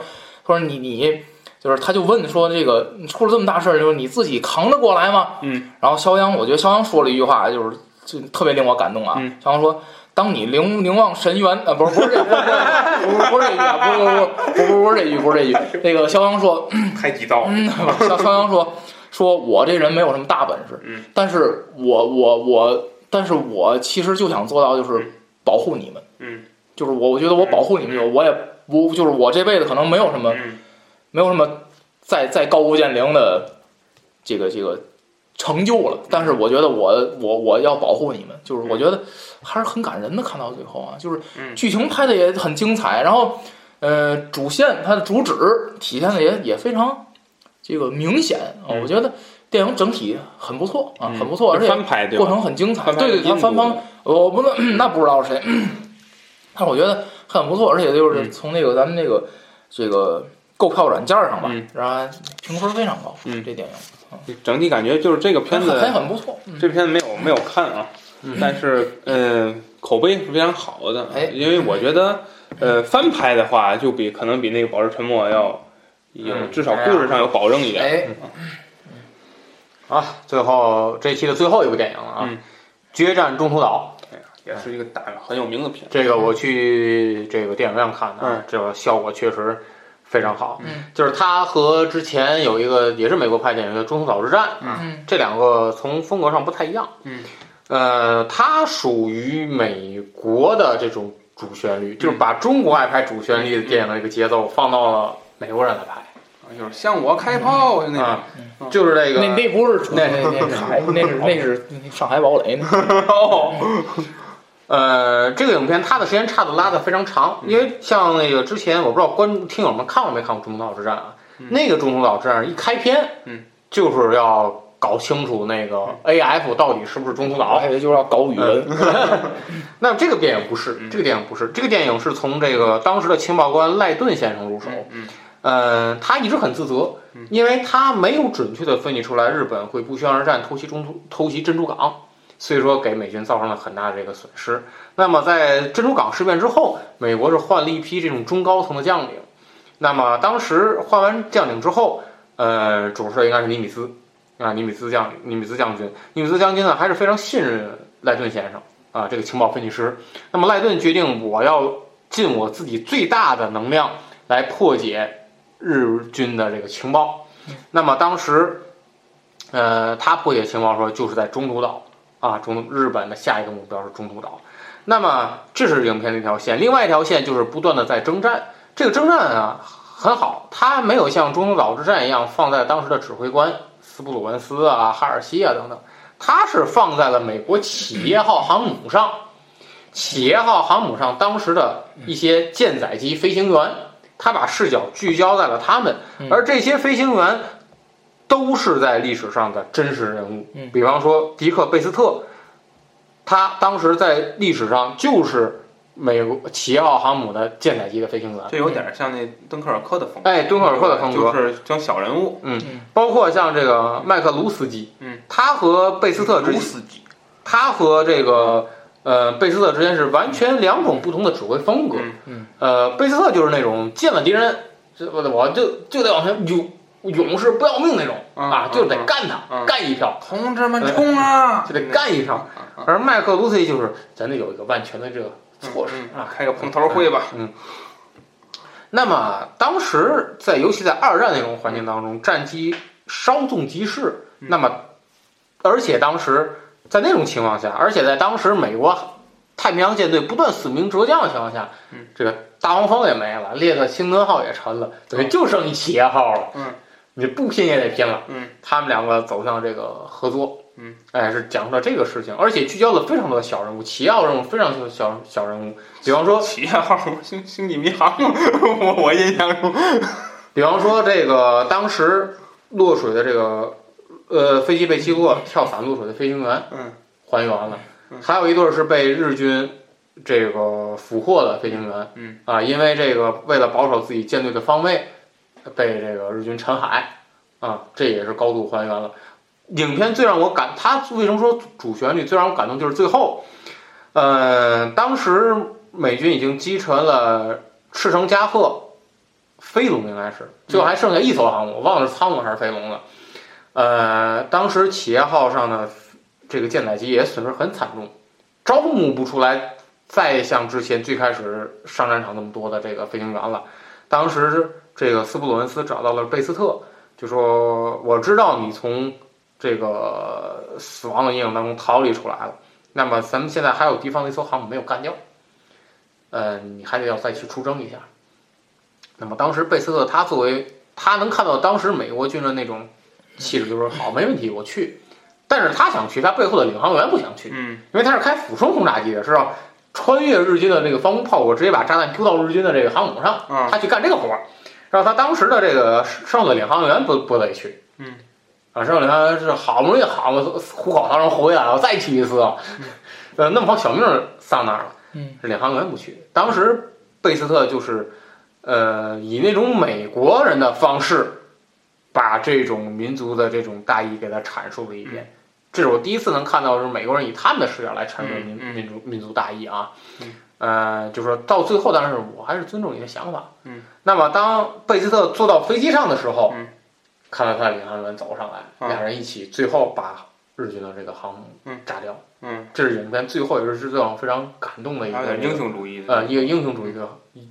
他说你你就是他就问说这个你出了这么大事儿，就是你自己扛得过来吗？
嗯
然后肖央，我觉得肖央说了一句话，就是就特别令我感动啊。
嗯
肖央说：“当你凝凝望神渊，呃，不是不是这不是不是不是这句啊，不是不是不是不是不是这句，不是这句。那个肖央说，
太地道了，
嗯，肖肖央说，说我这人没有什么大本事，
嗯
但是我我我，但是我其实就想做到就是保护你们，
嗯
就是我我觉得我保护你们，我也不就是我这辈子可能没有什么
嗯
没有什么再再高屋建瓴的这个这个成就了。但是我觉得我我我要保护你们，就是我觉得还是很感人的。看到最后啊，就是
嗯
剧情拍的也很精彩，然后呃主线它的主旨体现的也也非常这个明显啊。
嗯
我觉得电影整体很不错啊，很不错，而且
翻拍对
过
吧？
程很精彩。
翻拍
对对，
是
他
印
翻
度的
方，我不能 那不知道是谁，但是我觉得很不错，而且就是
嗯
从那个咱们这个这个购票软件上吧
嗯，
然后评分非常高，
嗯
这电影
整体感觉就是这个片子
还很不错，嗯
这篇没有没有看啊，但是呃，口碑是非常好的，
哎
因为我觉得呃翻拍的话，就比可能比那个《保持沉默》要有
嗯
至少故事上有保证一点。
哎，
啊，最后这一期的最后一部电影了啊，
嗯
决战中途岛》
哎呀也是一个大很有名的片，
这个
嗯
我去这个电影院看的啊，
嗯
这个效果确实非常好。
嗯
就是它和之前有一个也是美国拍电影的《中途岛之战》啊，
嗯
这两个从风格上不太一样。
嗯，
呃，它属于美国的这种主旋律，
嗯
就是把中国爱拍主旋律的电影的这个节奏放到了美国人来拍
啊就是向我开炮就那种
啊，就是这个
嗯那那不是
那
那那是海，那是那是那是上海堡垒呢，
呃，这个影片它的时间差的拉的非常长，
嗯
因为像那个之前我不知道观听友们看过没看过《中途岛之战》啊，那个《中途岛之战》一开篇，
嗯，
就是要搞清楚那个 AF 到底是不是中途岛
我，
嗯
还以为就是要搞语文，
那这个电影不
嗯
是，这个电影不是，这个电影是从这个当时的情报官赖顿先生入手。
嗯
呃，他一直很自责，因为他没有准确的分析出来日本会不宣而战偷袭中途偷袭珍珠港，所以说给美军造成了很大的这个损失。那么在珍珠港事变之后，美国是换了一批这种中高层的将领。那么当时换完将领之后，呃，主帅应该是尼米兹啊，尼米兹将尼米兹将军，尼米兹将军呢还是非常信任赖顿先生啊，这个情报分析师。那么赖顿决定，我要尽我自己最大的能量来破解日军的这个情报。那么当时，呃，他破解情报说就是在中途岛啊，中日本的下一个目标是中途岛。那么这是影片的一条线，另外一条线就是不断的在征战。这个征战啊很好，它没有像中途岛之战一样放在当时的指挥官斯普鲁文斯啊、哈尔西啊等等，它是放在了美国企业号航母上。企业号航母上当时的一些舰载机飞行员，他把视角聚焦在了他们，而这些飞行员都是在历史上的真实人物
嗯。
比方说迪克贝斯特，他当时在历史上就是美国企业号航母的舰载机的飞行员。
这有点像那敦刻尔克的风格，
哎，敦刻尔克的风格，
就是讲小人物，
嗯包括像这个麦克卢斯基，
嗯，
他和贝斯特之
卢斯基，
他和这个呃贝斯特之间是完全两种不同的指挥风格。
嗯
嗯
呃，贝斯特就是那种见了敌人，这我我就就得往前勇勇士不要命那种
嗯
啊，
嗯
就是得
嗯
干他，
嗯
干一票，
同志们冲啊！
就得干一票。
嗯
而麦克卢斯基就是咱得有一个万全的这个措施
嗯
啊，
开个碰头会吧，
那么当时在尤其在二战那种环境当中，战机稍纵即逝。
嗯
那么，而且当时在那种情况下，而且在当时美国太平洋舰队不断死命折将的情况下
嗯，
这个大黄蜂也没了，列克星敦号也沉了，等于就剩一企业号了。
嗯，
你不拼也得拼了。
嗯，
他们两个走向这个合作。
嗯，
哎，是讲述了这个事情，而且聚焦了非常多的小人物，企业号人物非常多的小小人物，比方说
企业号 星星际迷航，我我印象中，
比方说，这个当时落水的这个呃飞机被击落，跳伞落水的飞行员，
嗯，
还原了
嗯。
还有一对是被日军这个俘获的飞行员，
嗯
啊，因为这个为了保守自己舰队的方位，被这个日军沉海，啊，这也是高度还原了。影片最让我感，它为什么说主旋律最让我感动就是最后，呃，当时美军已经击沉了赤城加贺飞龙，应该是最后还剩下一艘航母，我忘了是苍龙还是飞龙了。呃，当时企业号上的这个舰载机也损失很惨重，招募不出来再像之前最开始上战场那么多的这个飞行员了。当时这个斯普鲁恩斯找到了贝斯特，就说：“我知道你从这个死亡的阴影当中逃离出来了，那么咱们现在还有敌方的一艘航母没有干掉，呃，你还得要再去出征一下。”那么当时贝斯特他作为他能看到当时美国军的那种气质，就说：“好，没问题，我去。”但是他想去，他背后的领航员不想去，
嗯
因为他是开俯冲轰炸机的，是吧？穿越日军的这个防空炮火，直接把炸弹丢到日军的这个航母上，
啊
他去干这个活儿。然后他当时的这个剩下的领航员不不得去，
嗯，
啊，剩下领航员是好不容易好嘛，虎口当中回来了，我再去一次啊，呃，弄不好小命儿丧那儿了，
嗯，
是领航员不去。当时贝斯特就是，呃，以那种美国人的方式，把这种民族的这种大义给他阐述了一遍。
嗯
这是我第一次能看到，是美国人以他们的视角来阐述民、
嗯嗯
民族民族大义啊。
嗯
呃，就说到最后，当然是我还是尊重你的想法。
嗯。
那么当贝斯特坐到飞机上的时候，
嗯
看到他的领航员走上来，
啊
俩人一起最后把日军的这个航母
嗯
炸掉。
嗯，
这是影片最后也是最让我非常感动的一
还有
个
点啊英雄主义的，
呃一个英雄主义的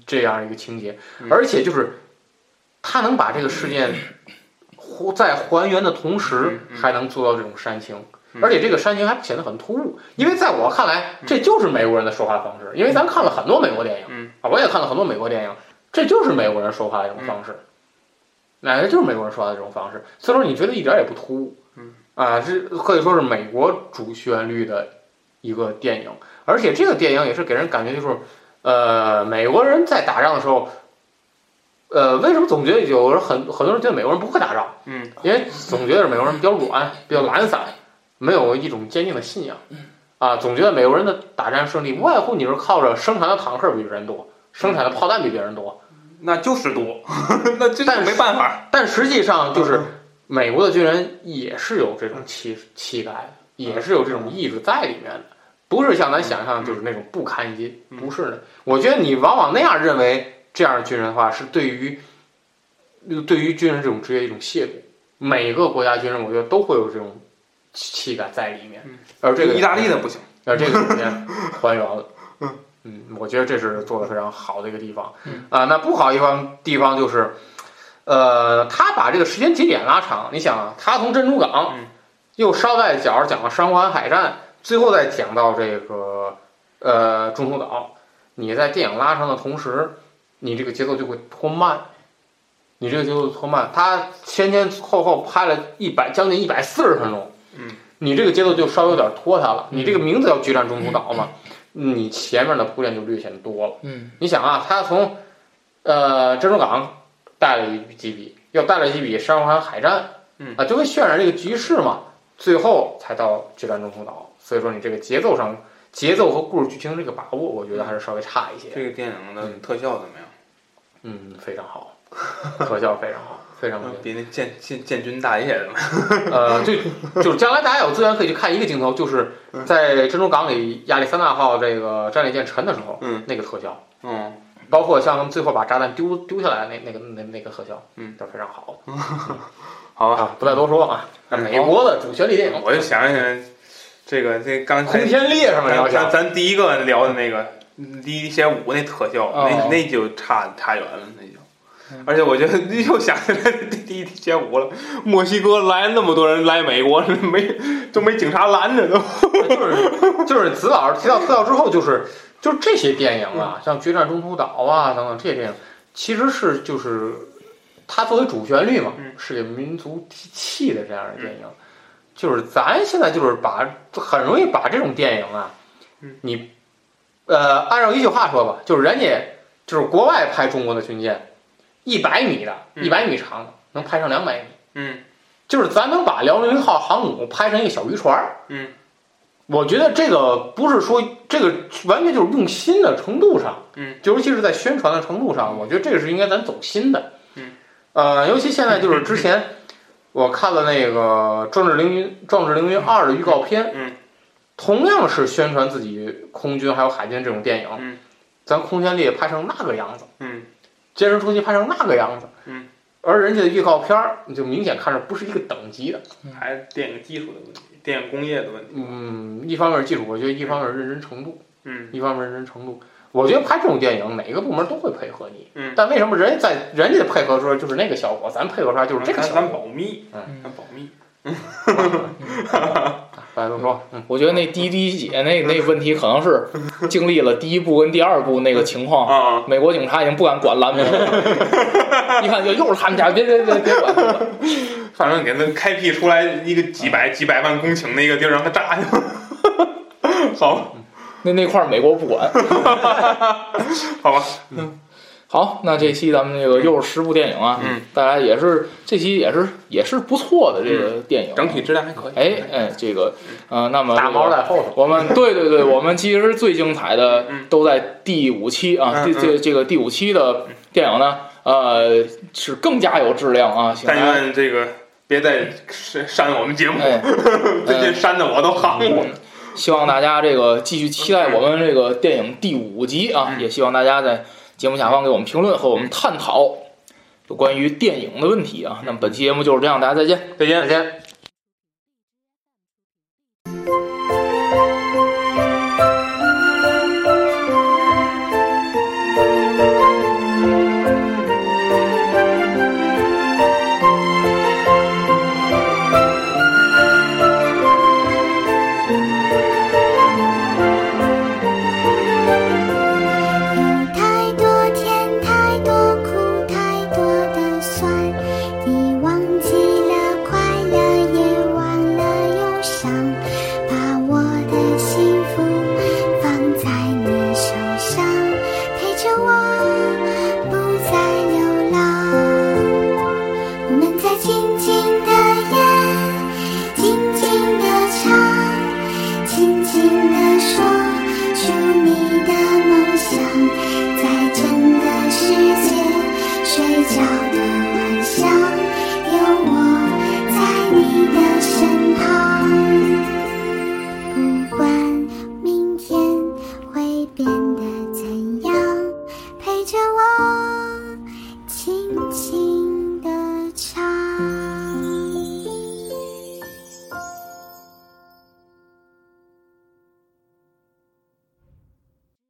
这样一个情节，
嗯
而且就是他能把这个事件还在还原的同时
嗯，嗯
还能做到这种煽情。
嗯
而且这个煽情还显得很突兀，因为在我看来，这就是美国人的说话方式。因为咱看了很多美国电影，
嗯
啊，我也看了很多美国电影，这就是美国人说话的一种方式，哎，这就是美国人说话的这种方式。所以说，你觉得一点也不突兀，
嗯，
啊，这可以说是美国主旋律的一个电影，而且这个电影也是给人感觉就是，呃，美国人在打仗的时候，呃，为什么总觉得有人很很多人觉得美国人不会打仗？
嗯，
因为总觉得美国人比较软，比较懒散，没有一种坚定的信仰，啊，总觉得美国人的打战胜利无外乎你是靠着生产的坦克比别人多，生产的炮弹比别人多，
那就是多， 那这
但
就是没办法，
但实际上就是
嗯
美国的军人也是有这种气气概的，
嗯
也是有这种意志在里面的，不是像咱想象就是那种不堪一击，
嗯
不是的。我觉得你往往那样认为这样的军人的话，是对于对于军人这种职业一种亵渎。每个国家军人，我觉得都会有这种气感在里面。而这个
嗯意大利的不行，
那这个里面还原了。嗯，我觉得这是做的非常好的一个地方。啊、那不好一方地方就是，呃，他把这个时间节点拉长。你想，啊，他从珍珠港
嗯
又捎带脚讲了珊瑚海海战，最后再讲到这个呃中途岛。你在电影拉长的同时，你这个节奏就会拖慢。你这个节奏拖慢，他前前后后拍了一百将近一百四十分钟，
嗯，
你这个节奏就稍微有点拖沓了。你这个名字叫《决战中途岛》嘛，你前面的铺垫就略显多了。
嗯，
你想啊，他从呃珍珠港带了一几笔，又带了几笔珊瑚海海战，
嗯
啊，就会渲染这个局势嘛，最后才到决战中途岛。所以说你这个节奏上。节奏和故事剧情这个把握，我觉得还是稍微差一些。
这个电影的特效怎么样？
嗯，非常好，特效非常好，非常好。
嗯比那建建建军大业的嘛，
呃，就就是将来大家有资源可以去看一个镜头，就是在珍珠港里亚历山大号这个战列舰沉的时候，
嗯，
那个特效，
嗯，
包括像他们最后把炸弹丢丢下来那那个那那个特效，
嗯，
都非常好
好吧，
啊，不再多说啊。
嗯
美国的主旋律电影，
我就想起来这个这刚才
空天猎什么
咱
聊一
咱
下，
咱第一个聊的那个《滴血五》那特效，
哦
那那就差差远了，那就。
嗯
而且我觉得又想起来第第一滴血五了，墨西哥来那么多人来美国，没都没警察拦着都。
就是就是子老师提到特效之后，就是就是这些电影啊，像《决战中途岛》啊等等这些电影，其实是就是它作为主旋律嘛
嗯，
是给民族提气的这样的电影。就是咱现在就是把很容易把这种电影啊
嗯，
你呃按照一句话说吧，就是人家就是国外拍中国的军舰，一百米的，
嗯
一百米长的，能拍成两百米。
嗯，
就是咱能把辽宁号航母拍成一个小渔船儿
嗯，
我觉得这个不是说这个完全就是用心的程度上，
嗯，
尤其是在宣传的程度上，我觉得这个是应该咱走心的，
嗯，
呃，尤其现在就是 之前我看了那个《壮志凌云》《壮志凌云二》的预告片，
嗯，
同样是宣传自己空军还有海军这种电影，
嗯，
咱空天猎拍成那个样子，
嗯，
歼十出击拍成那个样子，
嗯。
而人家的预告片儿，你就明显看着不是一个等级的。
还是电影技术的问题，电影工业的问题。
嗯，一方面是技术，我觉得一方面是认真程度，
嗯
一方面是认真程度。我觉得拍这种电影，哪个部门都会配合你。
嗯
但为什么人家在人家配合出来就是那个效果，咱配合出来就是这个
咱
效
咱
果？
保密，
嗯
咱保密。
白龙说，嗯，
我觉得那滴滴姐那那问题可能是经历了第一部跟第二部那个情况，
啊，
美国警察已经不敢管蓝莓了， 一看就又是他们家，别别别别管。别管
反正给他开辟出来一个几百几百万公顷的一个地儿，让他炸去。 好，
那那块儿美国不管。
好吧，
好，那这期咱们这个又是十部电影啊，
嗯，
大家也是这期也是也是不错的这个电影，啊
嗯整体质量还可以。
哎哎，这个呃，那么
大猫
的。
在后头。
我们对对对，我们其实最精彩的
嗯
都在第五期啊，
嗯
第
嗯
这这个第五期的电影呢，呃，是更加有质量啊，请大
但
家
愿这个别再删删我们节目，
哎，
最近删的我都喊我。
希望大家这个继续期待我们这个电影第五集啊，
嗯
也希望大家在节目下方给我们评论和我们探讨有关于电影的问题啊。那么本期节目就是这样，大家再见。
再见
再。见。